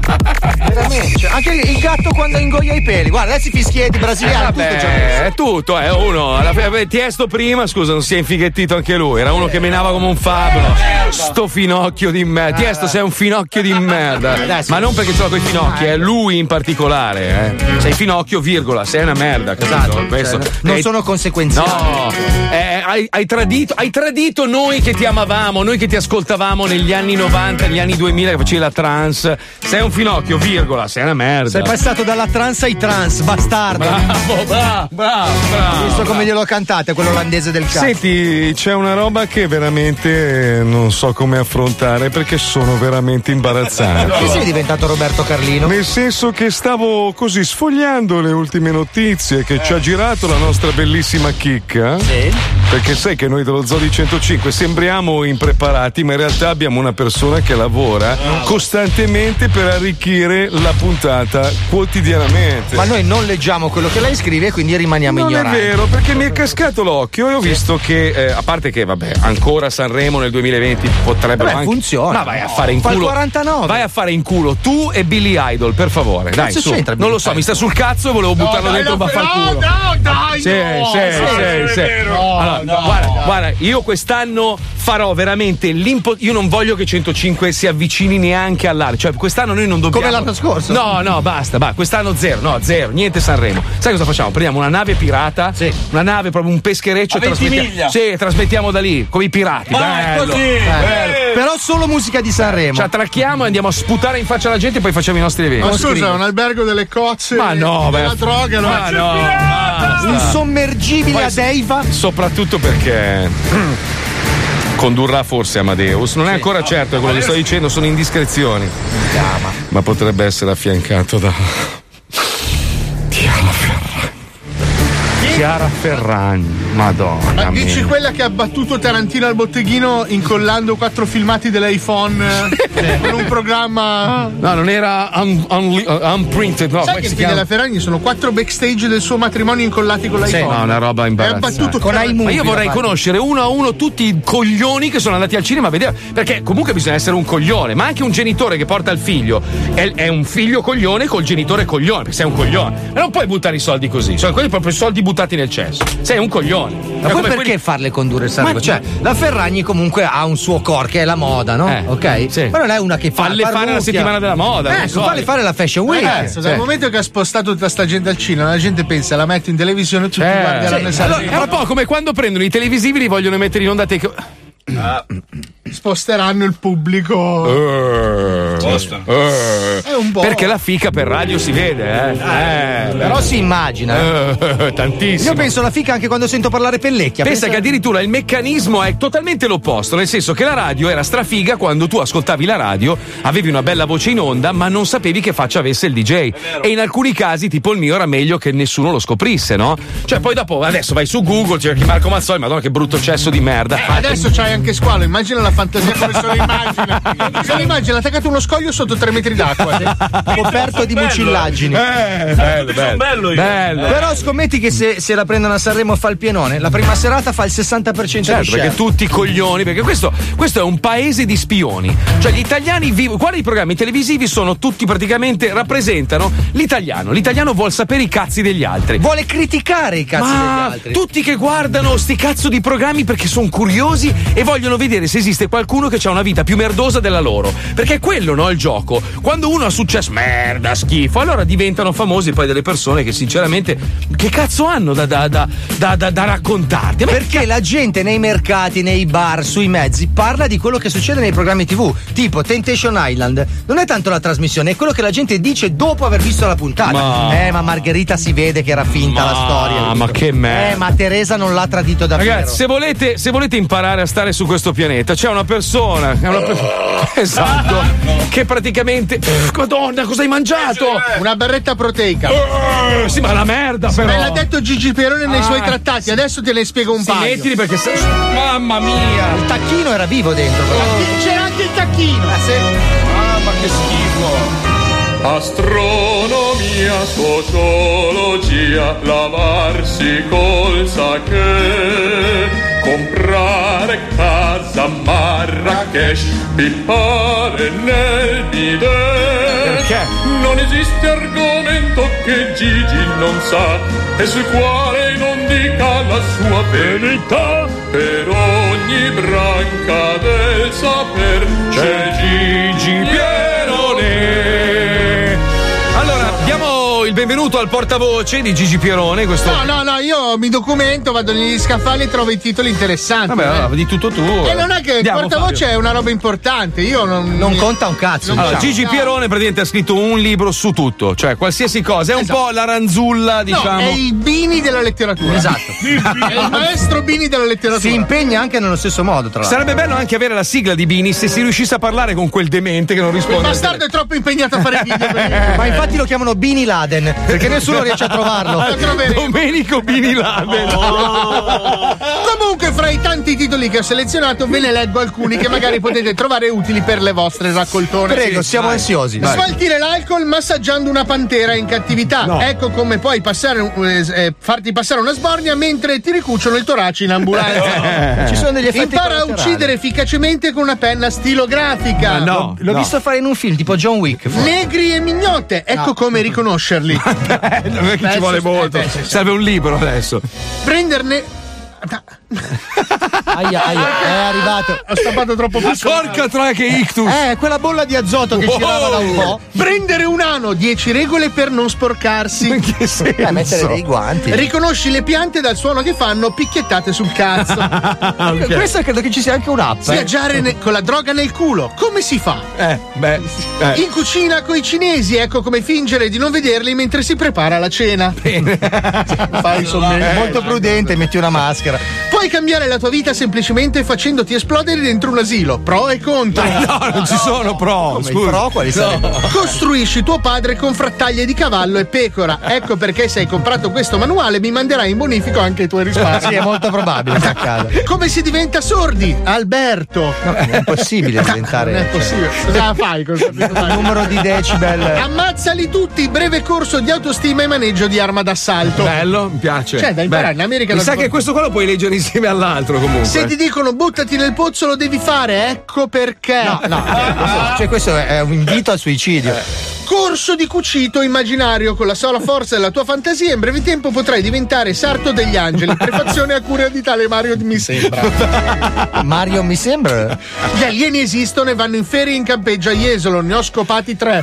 S5: Veramente. cioè, anche il gatto quando ingoia i peli. Guarda, adesso i fischietti brasiliani. tutto
S4: Vabbè,
S5: già.
S4: è tutto, eh. Uno, alla fine, beh, Tiesto prima, scusa, non si è infighettito anche lui. Era uno che menava come un fabbro. Sto finocchio di merda. Tiesto, sei un finocchio di merda. Ma non perché ce l'ho con i finocchi, è lui in particolare. Eh. Sei finocchio, virgola, sei una merda. Esatto, questo.
S5: cioè, Non
S4: Sei-
S5: sono conseguenziali.
S4: No, eh, hai, hai tradito, hai tradito noi che ti amavamo, noi che ti ascoltavamo negli anni 90, negli anni 2000 che facevi la trans. Sei un finocchio, virgola, sei una merda.
S5: Sei passato dalla trans ai trans, bastardo.
S4: Bravo, bravo, bravo.
S5: Visto come glielo cantate, quello olandese del cazzo.
S33: Senti, c'è una roba che veramente eh, non so come affrontare perché sono veramente
S5: Perché sei
S33: imbarazzante.
S5: diventato Roberto Carlino?
S33: Nel senso che stavo così sfogliando le ultime notizie che ci ha girato la nostra bellissima chicca. Sì. Perché sai che noi dello Zodi 105 sembriamo impreparati, ma in realtà abbiamo una persona che lavora costantemente per arricchire la puntata quotidianamente.
S5: Ma noi non leggiamo quello che lei scrive e quindi rimaniamo
S33: non
S5: ignoranti.
S33: è vero, perché mi è cascato l'occhio e ho
S4: visto che, eh, a parte che, vabbè, ancora Sanremo nel 2020 potrebbero
S33: Vabbè,
S4: anche.
S33: funziona.
S4: Ma vai a fare in
S33: Fa il
S4: culo.
S33: 49.
S4: Vai a fare in culo tu e Billy Idol, per favore. Dai,
S33: Cazzo
S4: su.
S33: c'entra
S4: Non lo so, mi sta sul cazzo e volevo buttarlo
S7: dai,
S4: dentro un
S7: no,
S4: vaffanculo.
S7: no, dai,
S4: Sì,
S7: no,
S4: sì,
S7: no,
S4: sì,
S7: non è
S4: sì.
S7: vero.
S4: No, Allora,
S7: no,
S4: guarda,
S7: no.
S4: guarda, io quest'anno farò veramente l'impo. Io non voglio che 105 si avvicini neanche all'area. Cioè, quest'anno noi non dobbiamo.
S5: Come l'anno scorso?
S4: No, no, basta, basta. Quest'anno zero, no, zero, niente Sanremo. Sai cosa facciamo? Prendiamo una nave pirata, una nave, proprio un peschereccio
S5: A
S4: e trasmettiamo.
S5: Ventimiglia.
S4: Sì, trasmettiamo da lì, come i pirati. bello. Eh. Bello.
S5: Però solo musica di Sanremo.
S4: Ci attracchiamo e andiamo a sputare in faccia alla gente e poi facciamo i nostri eventi.
S10: Ma scusa, è un albergo delle cozze.
S4: Ma no,
S10: della
S4: beh.
S10: droga,
S4: Ma
S10: no.
S4: Ah, no,
S7: Eh,
S4: basta.
S5: Un sommergibile
S4: Poi
S5: a
S4: s-
S5: Deiva.
S4: Soprattutto perché condurrà forse Amadeus. Non è ancora certo quello che sto dicendo, sono indiscrezioni. Ma potrebbe essere affiancato da. Chiara Ferragni, madonna.
S10: Ma dici
S4: mia.
S10: quella che ha battuto Tarantino al botteghino incollando quattro filmati dell'iPhone eh, con un programma.
S4: No, non era un- un- unprinted, no,
S10: Sai
S4: come
S10: che
S4: si
S10: figlia
S4: chiama?
S10: della Ferragni sono quattro backstage del suo matrimonio incollati con
S4: Sì,
S10: l'iPhone.
S4: no, una roba
S10: È abbattuto
S4: imbarazzante.
S10: Con Ferragni. iMovie,
S4: Ma io vorrei
S10: infatti.
S4: conoscere uno a uno tutti i coglioni che sono andati al cinema a vedere. Perché comunque bisogna essere un coglione, ma anche un genitore che porta il figlio. È, è un figlio coglione col genitore coglione, perché sei un coglione. Ma non puoi buttare i soldi così. Sono cioè, quelli proprio i soldi buttati sparati nel cesso. Sei un coglione.
S5: Ma
S4: Cioè,
S5: poi
S4: come
S5: perché
S4: quelli-
S5: farle condurre il sangue?
S4: Ma-
S5: Cioè, la Ferragni comunque ha un suo core che è la moda, no? ok? Ma non è una che fa
S4: Eh, Falle fare la
S5: parrucchia.
S4: settimana della moda, non
S5: Ecco,
S4: so. Eh,
S5: falle fare la fashion week.
S10: Ragazzi,
S5: Sì.
S10: Eh, dal momento che ha spostato tutta sta gente al cinema, la gente pensa, la metto in televisione, tutti guarderanno
S4: Sì,
S10: e
S4: allora, è
S10: saranno-
S4: un po' come quando prendono i televisivi e li vogliono mettere in onda te. che-
S10: sposteranno il pubblico.
S4: Sposta.
S10: Eh, È un po'.
S4: Eh, Perché la fica per radio si vede, eh. Eh.
S5: Però si immagina.
S4: Eh, tantissimo.
S5: Io penso alla fica anche quando sento parlare Pellecchia.
S4: Pensa che addirittura il meccanismo è totalmente l'opposto, nel senso che la radio era strafiga quando tu ascoltavi la radio, avevi una bella voce in onda, ma non sapevi che faccia avesse il DJ. E in alcuni casi, tipo il mio, era meglio che nessuno lo scoprisse, no? Cioè, poi dopo adesso vai su Google, cerchi Marco Mazzoli, madonna che brutto cesso di merda.
S10: Eh, Adesso c'hai anche squalo, immagina la fantasia come se lo immagina. Se lo immagina attaccato a uno scoglio sotto 3 metri d'acqua.
S5: Coperto di mucillagini.
S4: Eh, bello, bello.
S10: bello io.
S4: Bello. eh.
S5: Però scommetti che se, se la prendono a Sanremo fa il pienone, la prima serata fa il 60% di
S4: Certo,
S5: share.
S4: perché tutti i coglioni, perché questo, questo è un paese di spioni. Cioè, gli italiani vivono. Guarda i programmi televisivi, sono tutti praticamente rappresentano l'italiano. L'italiano vuol sapere i cazzi degli altri.
S5: Vuole criticare i cazzi
S4: Ma
S5: degli altri.
S4: Tutti che guardano sti cazzo di programmi perché sono curiosi e vogliono vedere se esiste qualcuno che ha una vita più merdosa della loro. Perché è quello, no? Il gioco. Quando uno ha successo, merda, schifo, allora diventano famosi poi delle persone che sinceramente. Che cazzo hanno da, da- da- da- da- da raccontarti? Ma
S5: Perché la gente nei mercati, nei bar, sui mezzi parla di quello che succede nei programmi TV, tipo Temptation Island. Non è tanto la trasmissione, è quello che la gente dice dopo aver visto la puntata.
S4: Ma-
S5: Eh, ma Margherita si vede che era finta la storia.
S4: ma che merda.
S5: Eh, ma Teresa non l'ha tradito davvero.
S4: Ragazzi, se volete, se volete imparare a stare su questo pianeta, c'è una persona. è una per- esatto. Che praticamente. eh, Madonna, cosa hai mangiato?
S5: Eh,
S10: Una barretta proteica.
S4: Eh, sì, ma la merda,
S10: Me
S4: però.
S10: l'ha detto Gigi Perone nei
S4: Ah,
S10: suoi trattati, adesso te ne spiego un
S4: Sì,
S10: paio.
S4: mettili perché se- Mamma mia!
S5: Il tacchino era vivo dentro.
S10: C'era anche il tacchino.
S17: Ah, ma che schifo. Astronomia, sociologia, lavarsi col sake, comprare casa a Marrakesh, pippare nel bidet.
S4: Perché?
S17: Non esiste argomento che Gigi non sa e sul quale non dica la sua verità. Per ogni branca del saper c'è Gigi Pierone.
S4: Allora, diamo il benvenuto al portavoce di Gigi Pierone. Questo.
S10: No, no, no, io mi documento, vado negli scaffali e trovo i titoli interessanti.
S4: Vabbè,
S10: eh.
S4: allora, di tutto tu.
S10: E non è che il
S4: Andiamo,
S10: portavoce
S4: Fabio.
S10: è una roba importante, io non.
S5: Non conta un cazzo.
S4: Allora,
S5: diciamo.
S4: Gigi Pierone praticamente ha scritto un libro su tutto, cioè qualsiasi cosa, è un po' la ranzulla, diciamo.
S10: Esatto. No, è il Bini della letteratura.
S5: Esatto.
S10: è il maestro Bini della letteratura.
S5: Si impegna anche nello stesso modo, tra l'altro.
S4: Sarebbe bello anche avere la sigla di Bini se si riuscisse a parlare con quel demente che non
S10: Quel
S4: risponde. al
S10: bastardo è troppo impegnato a fare video. per-
S5: Ma infatti lo chiamano Bini Laden, perché nessuno riesce a trovarlo.
S10: Ah,
S4: telefono. Domenico Bini Laden.
S10: Oh. Comunque, fra i tanti titoli che ho selezionato, ve ne leggo alcuni che magari potete trovare utili per le vostre raccoltone.
S5: Prego, siamo ansiosi. Vai.
S10: Smaltire l'alcol massaggiando una pantera in cattività. Ecco come puoi passare un- eh, eh, farti passare una sbornia mentre ti ricucciono il torace in ambulanza.
S5: Eh. Ci sono degli effetti
S10: Impara a
S5: collaterali.
S10: uccidere efficacemente con una penna stilografica.
S5: L'ho- L'ho visto fare in un film tipo John Wick.
S10: Negri e mignotte, ecco
S5: No.
S10: come riconoscerli.
S4: Eh, non è che ci
S10: Adesso-
S4: vuole molto.
S10: eh, beh, sì, sì.
S4: Serve un libro adesso.
S10: Prenderne.
S5: Aia, aia, è arrivato.
S10: Ho stampato troppo
S4: Ma
S10: poco.
S4: porca troia che ictus!
S5: Eh, quella bolla di azoto che
S4: Wow.
S5: girava da un po'.
S10: Prendere un ano, 10 regole per non sporcarsi.
S4: che senso?
S5: Eh, mettere dei guanti.
S10: Riconosci le piante dal suono che fanno picchiettate sul cazzo.
S5: Questa credo che ci sia anche un'app. eh.
S10: Viaggiare ne- con la droga nel culo, come si fa?
S4: Eh, beh, eh.
S10: In cucina coi cinesi, ecco come fingere di non vederli mentre si prepara la cena.
S5: Fai
S4: Eh,
S5: insomma,
S4: esatto.
S5: molto prudente, metti una maschera.
S10: Puoi cambiare la tua vita semplicemente facendoti esplodere dentro un asilo, pro e contro.
S4: Eh, No, non ci sono pro.
S5: Come i
S4: scusa.
S5: pro quali sarebbero?
S10: Costruisci tuo padre con frattaglie di cavallo e pecora. Ecco perché se hai comprato questo manuale mi manderai in bonifico anche i tuoi risparmi.
S5: Sì, è molto probabile che accada.
S10: Come si diventa sordi? Alberto.
S5: No, è impossibile diventare.
S10: Non è
S5: cioè,
S10: possibile. Cosa la fai con questo
S5: numero di decibel.
S10: Ammazzali tutti, breve corso di autostima e maneggio di arma d'assalto.
S4: Bello, mi piace.
S10: Cioè, da imparare,
S4: Beh,
S10: in America
S4: Mi
S10: non
S4: sa
S10: si può-
S4: che questo qua lo puoi leggere in insieme all'altro comunque.
S10: Se ti dicono buttati nel pozzo lo devi fare, ecco perché. No,
S5: Cioè, questo è un invito al suicidio.
S10: Corso di cucito immaginario con la sola forza della tua fantasia, in breve tempo potrai diventare sarto degli angeli. Prefazione a cura di tale Mario mi sembra.
S5: Mario, mi sembra.
S10: Gli alieni esistono e vanno in ferie in campeggio a Jesolo, ne ho scopati tre.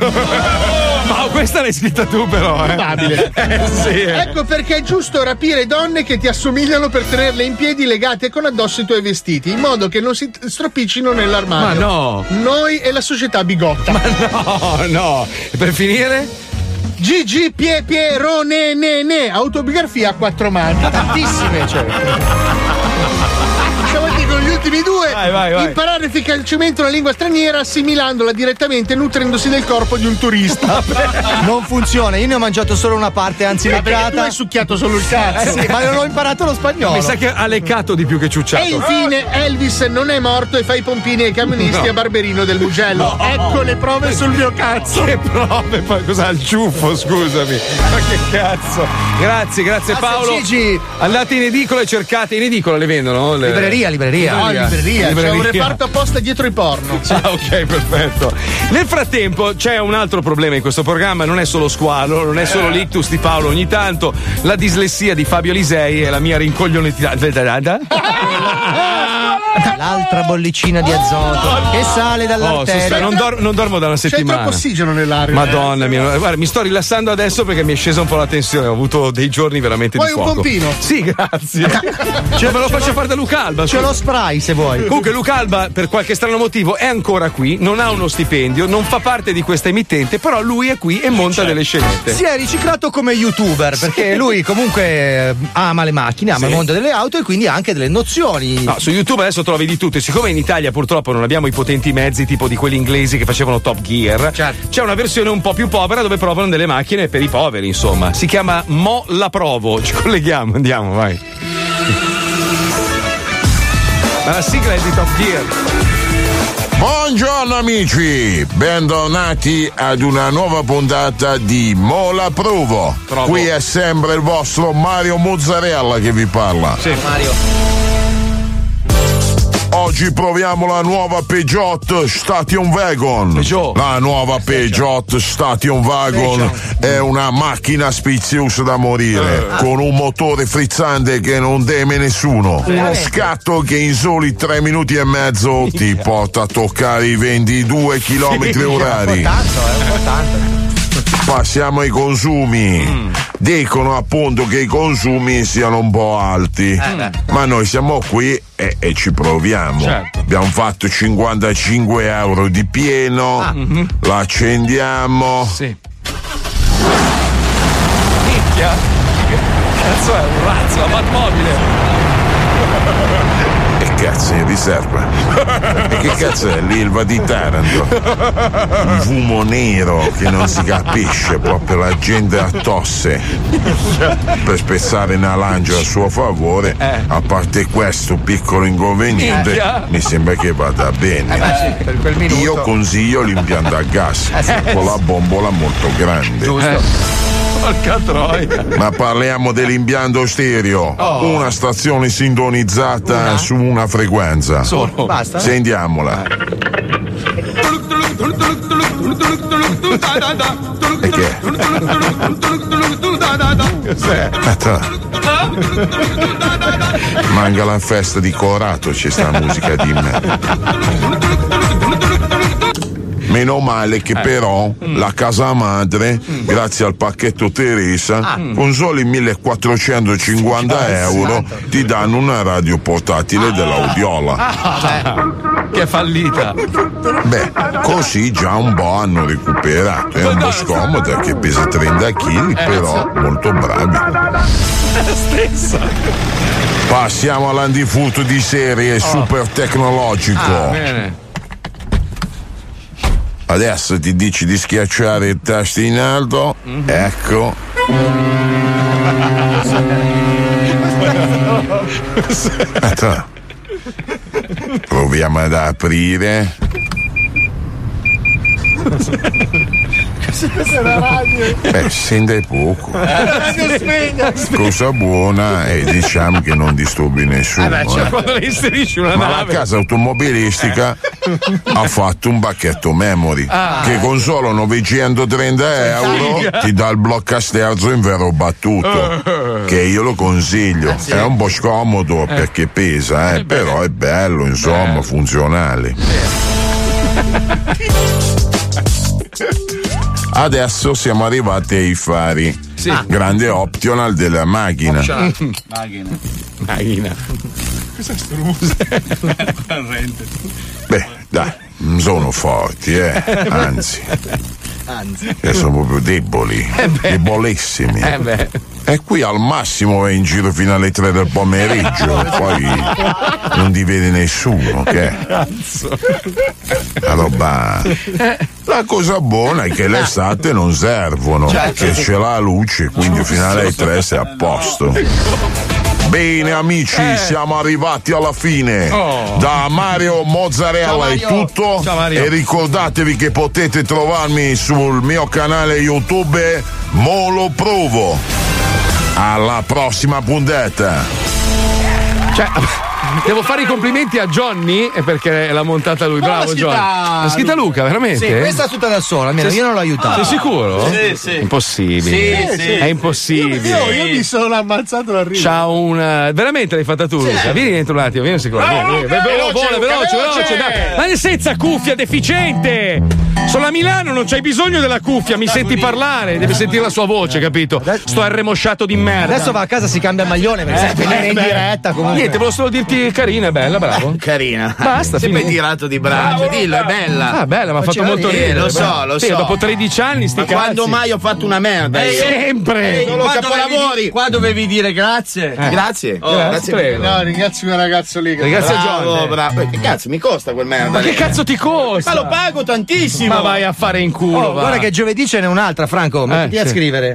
S4: Ma questa l'hai scritta tu però, eh.
S10: Probabile.
S4: Eh, sì.
S10: Ecco perché è giusto rapire donne che ti assomigliano per tenerle in piedi legate con addosso i tuoi vestiti, in modo che non si stroppicino nell'armadio.
S4: Ma no.
S10: Noi e la società bigotta.
S4: No, no. E per finire?
S10: GG Pie Piero ne ne ne autobiografia a quattro mani. Tantissime, cioè. Siamo andati con gli ultimi due. Imparare efficacemente una lingua straniera assimilandola direttamente e nutrendosi del corpo di un turista.
S5: Non funziona, io ne ho mangiato solo una parte, anzi
S10: Vabbè,
S5: leccata.
S10: Eh, tu hai succhiato solo il cazzo.
S5: Eh sì, ma non ho imparato lo spagnolo.
S4: Mi sa che ha leccato di più che ciucciato.
S10: E infine Elvis non è morto e fa i pompini ai camionisti
S4: No.
S10: a Barberino del Mugello.
S4: No.
S10: Ecco le prove sul mio cazzo.
S4: Che prove? Poi cos'ha il ciuffo, scusami. Ma che cazzo. Grazie, grazie Paolo.
S5: Gigi.
S4: Andate in edicola e cercate. In edicola le vendono? Le...
S5: Libreria, libreria.
S10: No, Ah, libreria. C'è un reparto apposta dietro i porno.
S4: Ah, ok, perfetto. Nel frattempo c'è un altro problema in questo programma, non è solo squalo, non è solo l'ictus di Paolo ogni tanto, la dislessia di Fabio Lisei e la mia rincoglionità.
S5: L'altra bollicina di azoto che sale
S4: Oh,
S5: dall'arteria.
S4: Susanna, non, dor- non dormo da una
S5: C'è
S4: settimana.
S5: troppo ossigeno eh.
S10: nell'aria.
S4: Madonna mia, guarda, mi sto rilassando adesso perché mi è scesa un po' la tensione. Ho avuto dei giorni veramente
S10: Vuoi
S4: di
S10: un
S4: fuoco.
S10: pompino?
S4: Sì, grazie. Cioè, me lo faccio fare da Luca Alba.
S5: Ce
S4: scusa.
S5: lo spray se vuoi.
S4: Comunque Luca Alba per qualche strano motivo è ancora qui, non ha uno stipendio, non fa parte di questa emittente, però lui è qui e monta delle scenette.
S5: Si è riciclato come youtuber perché lui comunque eh, ama le macchine, ama
S4: Sì.
S5: il mondo delle auto e quindi ha anche delle nozioni.
S4: No, su YouTube adesso trovi di tutto. E siccome in Italia purtroppo non abbiamo i potenti mezzi tipo di quelli inglesi che facevano Top Gear, c'è una versione un po' più povera dove provano delle macchine per i poveri, insomma. Si chiama Mo la provo. Ci colleghiamo, andiamo, vai. Ma la sigla è di Top Gear.
S24: Buongiorno amici, bentornati ad una nuova puntata di Mola Provo. Qui è sempre il vostro Mario Mozzarella che vi parla.
S5: Mario.
S24: Oggi proviamo la nuova Peugeot Station Wagon. La nuova Peugeot Station Wagon è una macchina spiziosa da morire, con un motore frizzante che non teme nessuno. Uno scatto che in soli 3 minuti e mezzo ti porta a toccare i 22 km orari.
S5: eh.
S10: Eh,
S24: Passiamo ai consumi. Dicono appunto che i consumi siano un po' alti, ma noi siamo qui e, e ci proviamo. Abbiamo fatto 55 euro di pieno, la accendiamo.
S4: Minchia. Cazzo è un razzo, la Batmobile.
S24: Che cazzo è in riserva? e che cazzo è l'Ilva di Taranto? Un fumo nero che non si capisce, proprio la gente ha tosse. Per spezzare una lancia a suo favore,
S5: Eh,
S24: a parte questo piccolo inconveniente,
S5: Minchia.
S24: mi sembra che vada
S4: Eh,
S24: bene.
S5: per Eh, quel minuto.
S24: Io consiglio l'impianto a gas
S5: Eh sì.
S24: con la bombola molto grande.
S4: Porca troia.
S24: Ma parliamo dell'impianto stereo.
S5: Oh.
S24: Una stazione sintonizzata su una frequenza.
S4: Solo. Basta?
S24: Sentiamola.
S5: Eh,
S24: E che è?
S4: Cos'è?
S24: Aspetta, manca la festa di Corato, c'è sta musica di me. Meno male
S4: Eh.
S24: che però
S4: Mm.
S24: la casa madre, grazie al pacchetto
S4: Ah.
S24: Teresa,
S4: Mm.
S24: con soli 1450 euro
S4: Esatto.
S24: ti danno una radio portatile dell'Audiola.
S4: Ah. Che è fallita.
S24: Beh, così già un po' hanno recuperato. È un po' scomoda che pesa 30 kg,
S4: Eh,
S24: però molto bravi.
S4: Stessa.
S24: Passiamo all'antifuto di serie
S3: Oh.
S24: super
S4: Ah,
S24: tecnologico.
S4: bene.
S24: Adesso ti dici di schiacciare il tasto in alto.
S3: Mhm.
S24: Ecco. Aspetta. Proviamo ad aprire.
S3: Questa è la radio.
S24: Beh, sente poco.
S4: Eh.
S3: Radio spegna.
S24: Cosa buona e diciamo che non disturbi nessuno.
S3: Eh beh, cioè,
S24: eh.
S3: quando le inserisci una
S24: Ma
S3: nave. Eh.
S24: la casa automobilistica ha fatto un bacchetto memory
S3: Ah.
S24: che con solo 930 euro
S3: Minchia.
S24: ti dà il blocca sterzo in vero battuto.
S3: Eh.
S24: Che io lo consiglio.
S3: sì.
S24: È un po' scomodo
S3: Eh.
S24: perché pesa, eh, però è bello, insomma, funzionale. Adesso siamo arrivati ai fari.
S21: Ah.
S24: Grande optional della macchina.
S21: Macchina. Questa è strusa.
S24: Beh, dai, non sono forti, eh. Anzi, eh, sono proprio deboli. debolissimi. E qui al massimo vai in giro fino alle 3 del pomeriggio, poi non ti vede nessuno, che la roba. La cosa buona è che l'estate non servono,
S21: Certo.
S24: che ce l'ha la luce, quindi fino alle 3 sei a posto. Bene amici, siamo arrivati alla fine.
S21: Eh. Oh.
S24: Da Mario
S21: Ciao,
S24: Mozzarella
S21: Mario.
S24: è tutto.
S21: Ciao, Mario.
S24: E ricordatevi che potete trovarmi sul mio canale YouTube Molo Provo. Alla prossima puntata.
S4: Cioè, devo fare i complimenti a Johnny eh, perché l'ha montata lui.
S5: Ma l'ha
S4: Bravo,
S5: scritta
S4: Johnny. L'ha scritta Luca, veramente?
S5: Sì, questa tutta da sola, almeno
S4: Sei-
S5: io non l'ho aiutato.
S4: Sei sicuro?
S5: Sì, sì.
S4: Impossibile.
S3: Sì, sì.
S4: È impossibile.
S3: Io, io mi sono ammazzato la rima.
S4: C'ha una. Veramente l'hai fatta tu, Luca. Vieni dentro un attimo, vieni un secondo. Vieni, vieni.
S3: Luca,
S4: Veloce,
S3: veloce,
S4: veloce, veloce,
S3: Luca, veloce.
S4: dai. Ma senza cuffia, deficiente! Sono a Milano, non c'hai bisogno della cuffia, mi senti parlare, devi sentire la sua voce, capito? Sto arremosciato di merda.
S5: Eh.
S4: Eh,
S5: Adesso va a casa, si cambia il maglione perché
S10: eh,
S5: sai venire in
S4: beh.
S5: diretta comunque.
S4: Niente, volevo solo dirti carina, è bella, bravo.
S10: Carina.
S4: Basta,
S10: Sempre
S4: finito.
S10: tirato di braccio. Dillo, è bella.
S4: Ah, bella, mi ha fatto molto
S10: Sì,
S4: ridere.
S10: Lo
S4: bravo.
S10: so, lo
S4: Sì,
S10: so.
S4: dopo 13 anni sti
S10: Ma
S4: cazzi.
S10: quando mai ho fatto una merda?
S4: Eh,
S10: io?
S4: sempre.
S10: Eh,
S4: Solo
S10: qua
S4: capolavori.
S10: dovevi- Qua dovevi dire grazie.
S4: Eh.
S10: Grazie.
S4: Oh, grazie, prego.
S3: No, ringrazio quel ragazzo lì. che-
S10: Grazie a
S3: Bravo,
S10: Giorgio.
S3: bravo.
S10: Bravo. Che cazzo mi costa quel merda?
S3: Ma che
S10: lì?
S3: cazzo
S4: ti costa?
S10: Ma lo pago tantissimo.
S4: Ma vai a fare in culo.
S5: Oh,
S4: va.
S5: guarda che giovedì ce n'è un'altra, Franco, mettiti
S4: Eh,
S5: a
S4: sì.
S5: scrivere.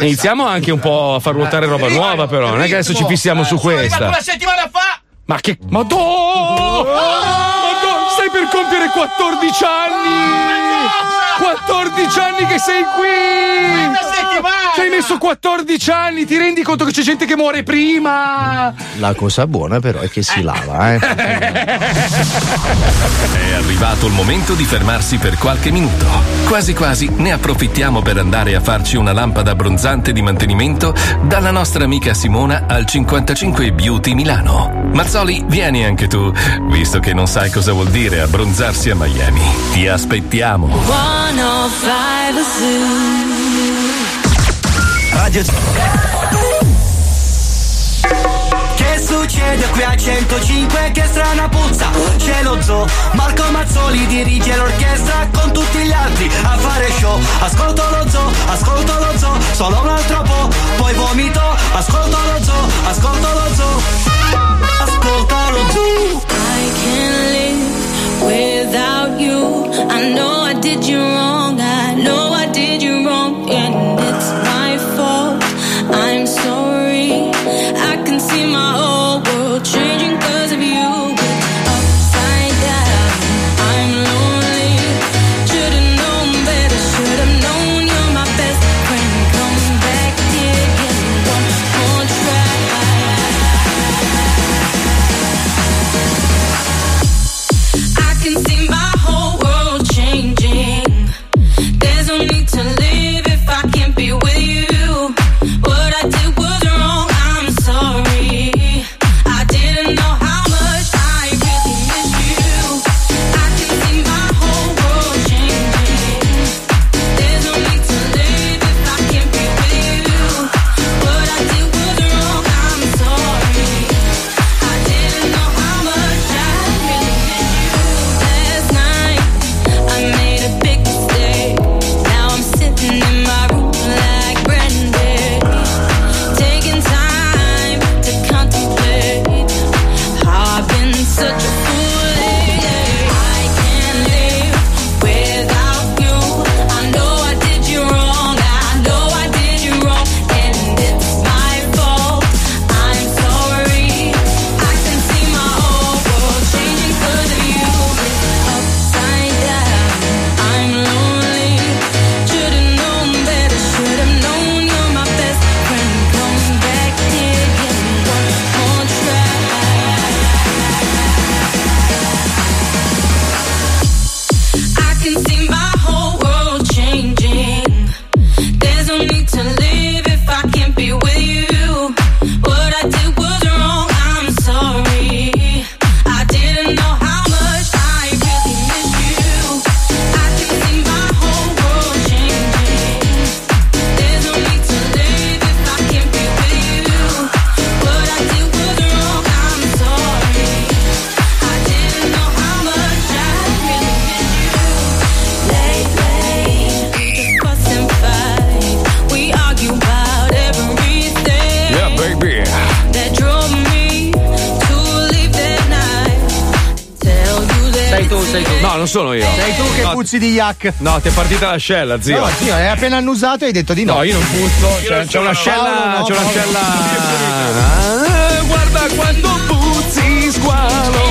S4: Iniziamo anche un po' a far ruotare roba nuova, però. Non è che adesso ci fissiamo
S7: Eh,
S4: su questa.
S10: settimana fa.
S4: Ma che. Madonna! Madonna, stai per compiere 14 anni! 14 anni che sei qui! Ci hai messo 14 anni, ti rendi conto che c'è gente che muore prima?
S5: La cosa buona però è che si lava, eh.
S2: È arrivato il momento di fermarsi per qualche minuto. Quasi quasi ne approfittiamo per andare a farci una lampada abbronzante di mantenimento dalla nostra amica Simona al 55 Beauty Milano. Mazzoli, vieni anche tu, visto che non sai cosa vuol dire abbronzarsi a Miami. Ti aspettiamo.
S9: 105
S7: Radio Che succede qui a 105? Che strana puzza, c'è lo zoo. Marco Mazzoli dirige l'orchestra con tutti gli altri a fare show. Ascolto lo zoo, ascolto lo zoo, solo un altro po', poi vomito. Ascolto lo zoo, ascolto lo zoo, ascolto lo zoo.
S9: I can't live without you. I know I did you wrong. I know I did you wrong, and it's my fault. I'm sorry. I can see my whole world changing 'cause of you. Upside down, I'm lonely. Should've known better. Should've known you're my best friend. Come back here, get one more try. sei tu.
S4: No, non sono io.
S5: Sei tu che
S4: No,
S5: puzzi di yak.
S4: No, ti è partita l'ascella, zio.
S5: No, zio, hai appena annusato e hai detto di eh. no.
S4: No, io non puzzo, c'è- c'è una scella- c'è una scella- Ah, guarda quando puzzi squalo.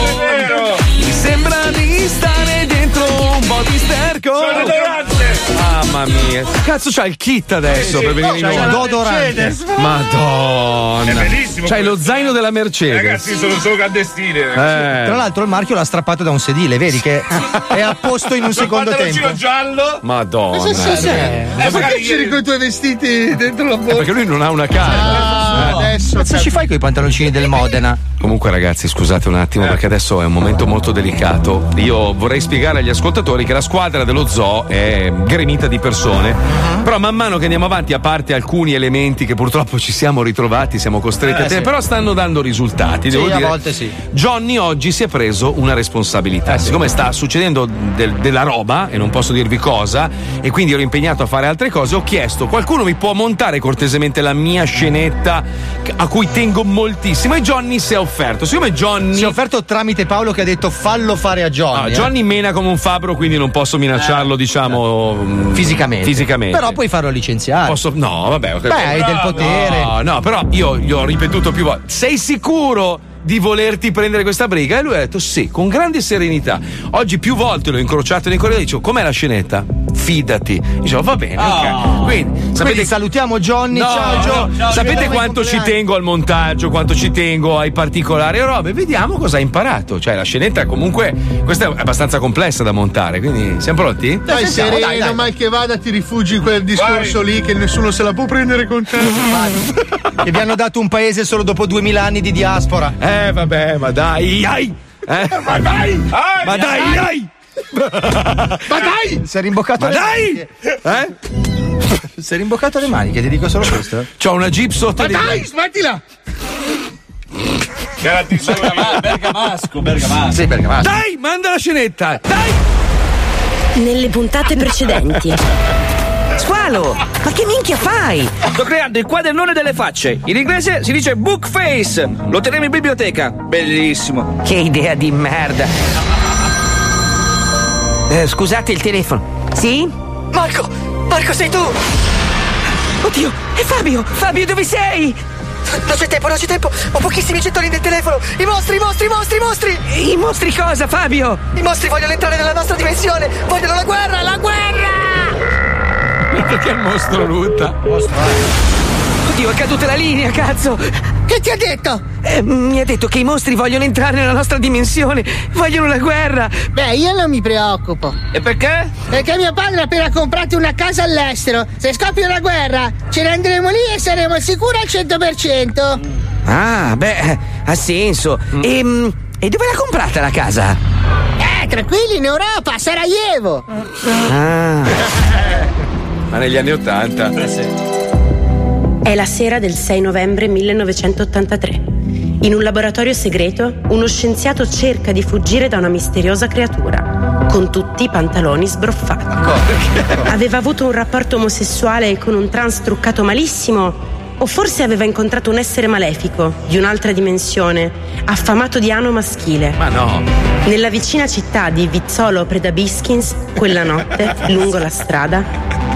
S4: Mi sembra di stare dentro un po' di sterco.
S7: Sono dorante.
S4: Ah, Mamma mia. Cazzo c'ha il kit adesso
S7: Sì, sì.
S4: per venire in
S7: C'ha
S4: onda.
S7: il Dodorante.
S4: Madonna.
S7: È bellissimo
S4: C'hai lo zaino della Mercedes.
S7: Ragazzi, sono solo clandestine.
S4: Eh.
S5: Tra l'altro il marchio l'ha strappato da un sedile, vedi che è a posto in un secondo tempo.
S7: Pantaloncino giallo.
S4: Madonna.
S10: Sì, sì, sì. Ma perché
S7: magari
S10: c'eri con i tuoi vestiti dentro la bocca?
S4: Eh, Perché lui non ha una casa. Eh.
S10: Ah, adesso.
S5: Cosa ci fai con i pantaloncini del Modena?
S4: Comunque, ragazzi, scusate un attimo, perché adesso è un momento molto delicato. Io vorrei spiegare agli ascoltatori che la squadra dello zoo è gremita di persone. Però, man mano che andiamo avanti, a parte alcuni elementi che purtroppo ci siamo ritrovati, siamo costretti
S5: Eh,
S4: a te,
S5: sì.
S4: però stanno dando risultati.
S5: Sì,
S4: devo
S5: a
S4: dire.
S5: volte sì. Eh,
S4: Johnny oggi si è preso una responsabilità. Siccome sta succedendo del- della roba, e non posso dirvi cosa, e quindi ero impegnato a fare altre cose, ho chiesto: qualcuno mi può montare cortesemente la mia scenetta che- a cui tengo moltissimo? E Johnny si è offerto. Siccome Johnny.
S5: Si è offerto tramite Paolo che ha detto fallo fare a Johnny.
S4: Ah,
S5: eh.
S4: Johnny mena come un fabbro, quindi non posso minacciarlo, diciamo. mm,
S5: eh. Fisicamente.
S4: Fisicamente.
S5: Però puoi farlo licenziare.
S4: Posso- No, vabbè. ok.
S5: Beh, hai del potere.
S4: No, no, però io gli ho ripetuto più volte. Sei sicuro di volerti prendere questa briga? E lui ha detto sì, con grande serenità. Oggi più volte l'ho incrociato nei corridoi e dicevo, com'è la scenetta? Fidati. Dicevo, va bene, ok. Quindi, sapete,
S5: Quindi salutiamo Johnny.
S4: No,
S5: Ah. ciao
S4: no,
S5: Johnny.
S4: sapete quanto ci tengo al montaggio, quanto ci tengo ai particolari e robe? Vediamo cosa hai imparato. Cioè, la scenetta comunque questa è abbastanza complessa da montare, quindi siamo pronti?
S10: Dai,
S4: Sentiamo,
S10: sereno,
S4: dai, dai.
S10: mal che vada, ti rifugi in quel discorso lì che nessuno se la può prendere con te.
S5: Che vi hanno dato un paese solo dopo 2000 anni di diaspora.
S4: Eh, vabbè, ma dai. ai. Eh?
S5: Ma dai!
S4: Ma dai, dai!
S5: Ma dai! Si è rimboccato
S4: Ma
S5: le
S4: dai! maniche.
S5: Eh? Si è rimboccato le maniche, ti dico solo questo.
S4: C'ho una jeep sotto.
S10: Ma dai, smettila!
S4: Bergamasco,
S5: Bergamasco. Sì,
S23: Ah.
S5: Bergamasco.
S4: Dai, manda la scenetta. Dai!
S27: Nelle puntate precedenti. Squalo, ma che minchia fai?
S23: Sto creando il quadernone delle facce. In inglese si dice book face. Lo teniamo in biblioteca. Bellissimo.
S27: Che idea di merda. Eh, scusate il telefono. Sì?
S23: Marco! Marco, sei tu! Oddio, è Fabio! Fabio, dove sei? Non c'è tempo, non c'è tempo! Ho pochissimi gettoni nel telefono! I mostri, i mostri, i mostri, i mostri! I mostri cosa, Fabio? I mostri vogliono entrare nella nostra dimensione! Vogliono la guerra, la guerra!
S4: Perché il mostro lutta?
S23: Oddio, è caduta la linea, cazzo! Che ti ha detto? Eh, mi ha detto che i mostri vogliono entrare nella nostra dimensione! Vogliono la guerra!
S29: Beh, io non mi preoccupo.
S23: E perché?
S29: Perché mio padre ha appena comprato una casa all'estero. Se scoppia una guerra, ce ne andremo lì e saremo sicuri al 100%.
S23: Ah, beh, ha senso. Ehm, E, dove l'ha comprata la casa?
S29: Eh, tranquilli, in Europa, a Sarajevo.
S4: Ma negli anni Ottanta.
S27: È la sera del 6 novembre 1983. In un laboratorio segreto, uno scienziato cerca di fuggire da una misteriosa creatura, con tutti i pantaloni sbroffati. Aveva avuto un rapporto omosessuale con un trans truccato malissimo? O forse aveva incontrato un essere malefico, di un'altra dimensione, affamato di ano maschile?
S4: Ma no.
S27: Nella vicina città di Vizzolo Predabiskins, quella notte, lungo la strada,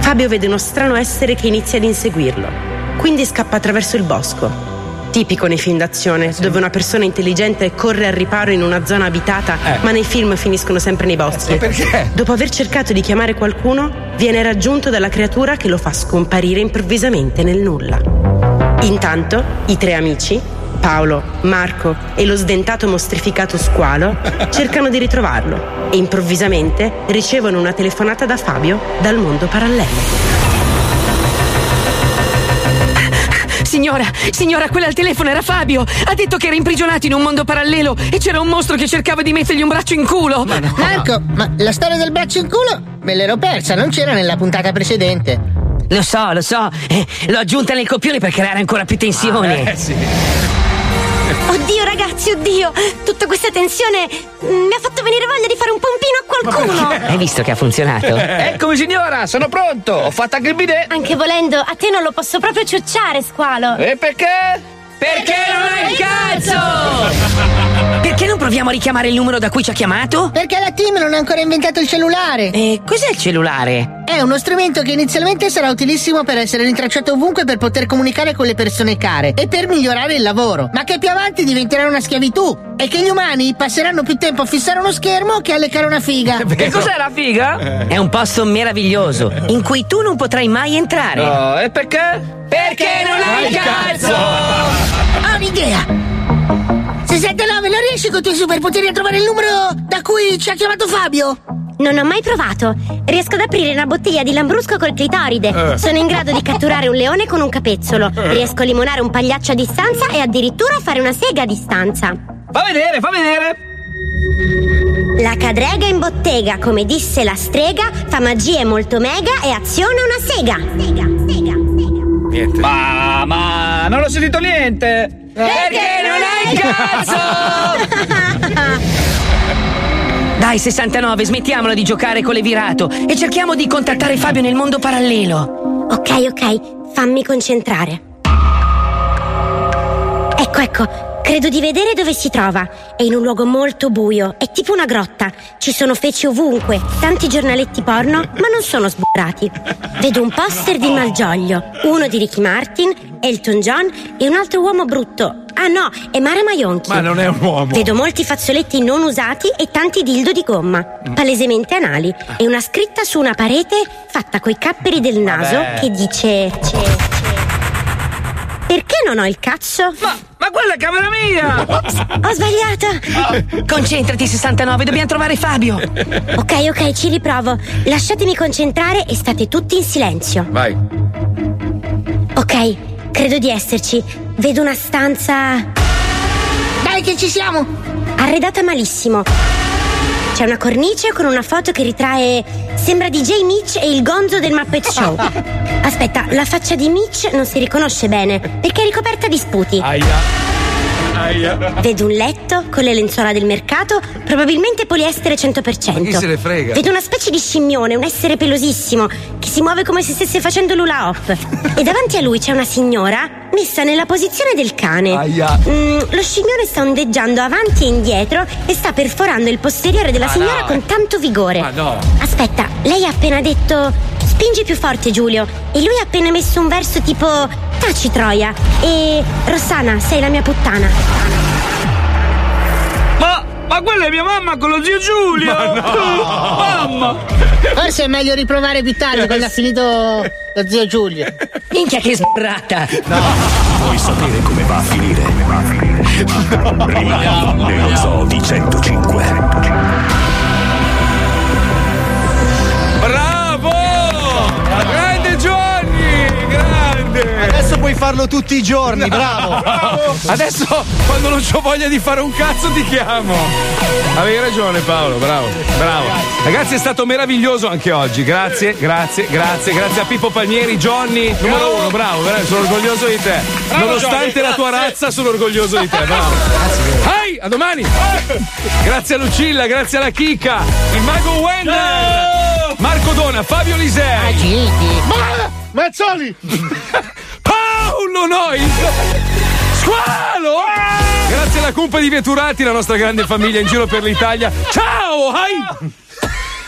S27: Fabio vede uno strano essere che inizia ad inseguirlo. Quindi scappa attraverso il bosco. Tipico nei film d'azione, dove una persona intelligente corre al riparo in una zona abitata, ma nei film finiscono sempre nei boschi.
S4: perché?
S27: Dopo aver cercato di chiamare qualcuno, viene raggiunto dalla creatura che lo fa scomparire improvvisamente nel nulla. Intanto, i tre amici, Paolo, Marco e lo sdentato mostrificato squalo, cercano di ritrovarlo e improvvisamente ricevono una telefonata da Fabio dal mondo parallelo.
S23: Signora, signora, quella al telefono era Fabio. Ha detto che era imprigionato in un mondo parallelo e c'era un mostro che cercava di mettergli un braccio in culo. Eh,
S29: Marco, ma la storia del braccio in culo me l'ero persa, non c'era nella puntata precedente.
S23: Lo so, lo so. Eh, l'ho aggiunta nel copione per creare ancora più tensione.
S34: Oddio ragazzi, oddio! Tutta questa tensione mm, mi ha fatto venire voglia di fare un pompino a qualcuno!
S23: Hai visto che ha funzionato?
S8: Ecco,
S34: Eccomi signora, sono pronto! Ho fatto anche il bidet! Anche volendo, a te non lo posso proprio ciucciare, squalo! E perché?
S23: Perché non hai il cazzo! Perché non
S8: proviamo a richiamare il numero da cui ci ha chiamato?
S29: Perché la team non ha ancora inventato il cellulare.
S8: E cos'è il cellulare?
S29: È uno strumento che inizialmente sarà utilissimo per essere rintracciato ovunque per poter comunicare con le persone care e per migliorare il lavoro, ma che più avanti diventerà una schiavitù e che gli umani passeranno più tempo a fissare uno schermo che a leccare una figa.
S8: Che cos'è la figa? È un posto meraviglioso in cui tu non potrai mai entrare.
S29: No,
S8: e perché?
S29: Perché non
S8: hai il cazzo?
S29: Ho un'idea! 69, non riesci con i tuoi superpoteri a trovare il numero da cui ci ha chiamato Fabio?
S34: Non ho mai provato. Riesco ad aprire una bottiglia di lambrusco col clitoride.
S29: Eh.
S34: Sono in grado di catturare un leone con un capezzolo.
S29: Eh.
S34: Riesco a limonare un pagliaccio a distanza e addirittura a fare una sega a distanza.
S8: Fa vedere, fa vedere!
S34: La cadrega in bottega, come disse la strega, fa magie molto mega e aziona una sega. Sega, sega.
S8: Niente.
S19: Ma, ma, non ho sentito niente.
S34: Perché non hai
S8: Dai 69, smettiamola di giocare con le virato e cerchiamo di contattare Fabio nel mondo parallelo.
S34: Ok, ok, fammi concentrare. Ecco, ecco, credo di vedere dove si trova. È in un luogo molto buio, è tipo una grotta. Ci sono feci ovunque, tanti giornaletti porno, ma non sono sburrati. Vedo un poster di Malgioglio, uno di Ricky Martin, Elton John e un altro uomo brutto. Ah no, è Mara Maionchi.
S4: Ma non è un uomo.
S34: Vedo molti fazzoletti non usati e tanti dildo di gomma, palesemente anali, e una scritta su una parete fatta coi capperi del naso
S8: Vabbè.
S34: che dice. ce- ce- Perché non ho il cazzo? Ma,
S8: quella è camera mia!
S34: ho sbagliato!
S8: Concentrati 69, dobbiamo trovare Fabio!
S34: Ok, ok, ci riprovo. Lasciatemi concentrare e state tutti in silenzio.
S3: Vai.
S34: Ok, credo di esserci. Vedo una stanza. Dai, che ci siamo! Arredata malissimo. C'è una cornice con una foto che ritrae. Sembra DJ Mitch e il gonzo del Muppet Show. Aspetta, la faccia di Mitch non si riconosce bene perché è ricoperta di sputi. Vedo un letto con le lenzuola del mercato, probabilmente poliestere 100%.
S3: Ma chi se ne frega?
S34: Vedo una specie di scimmione, un essere pelosissimo, che si muove come se stesse facendo l'ula hop. e davanti a lui c'è una signora messa nella posizione del cane. Mm, lo scimmione sta ondeggiando avanti e indietro e sta perforando il posteriore della
S14: Ma
S3: Ah,
S34: signora
S14: no.
S34: con tanto vigore.
S14: Ma no.
S34: Aspetta, lei ha appena detto. Spingi più forte, Giulio. E lui ha appena messo un verso tipo. Taci Troia. E. Rossana, sei la mia puttana.
S19: Ma, ma quella è mia mamma con lo zio Giulio.
S29: Ma no.
S19: Oh, Mamma.
S29: Forse è meglio riprovare più tardi quando ha finito lo zio Giulio.
S8: Minchia che sbrata!
S7: Vuoi sapere come va a finire? Rimani nello zoo di 105.
S4: Bravo! Grande Gianni! Grande!
S5: Adesso puoi farlo tutti i giorni, bravo!
S4: Adesso quando non ho voglia di fare un cazzo ti chiamo. Avevi ragione Paolo, bravo, bravo. Ragazzi è stato meraviglioso anche oggi, grazie, grazie, grazie, grazie a Pippo Palmieri, Johnny, numero uno, bravo, veramente, sono orgoglioso di te.
S3: Bravo,
S4: Nonostante
S3: Johnny,
S4: la tua
S3: grazie.
S4: razza sono orgoglioso di te, bravo. Ehi, a domani! Grazie a Lucilla, grazie alla Chica, il mago Wender, Marco Dona, Fabio Lisei,
S10: Ma- Mazzoli!
S4: Paolo Nois! Squalo! Ah, Grazie alla cumpa di Vieturati, la nostra grande famiglia in giro per l'Italia. Ciao! Hi!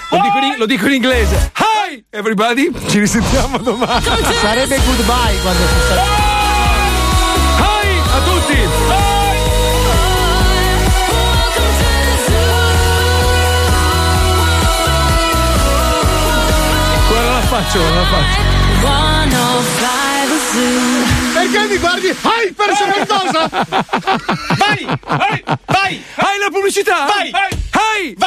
S4: Lo dico in, lo dico in inglese. Hi everybody, ci risentiamo domani.
S10: Sarebbe goodbye quando si sarebbe.
S4: Ah! Hi a tutti! Guarda la faccio, guarda la faccio.
S10: Perché mi guardi? Hai perso qualcosa!
S4: Vai! Vai! Vai! Hai la pubblicità! Vai! Vai!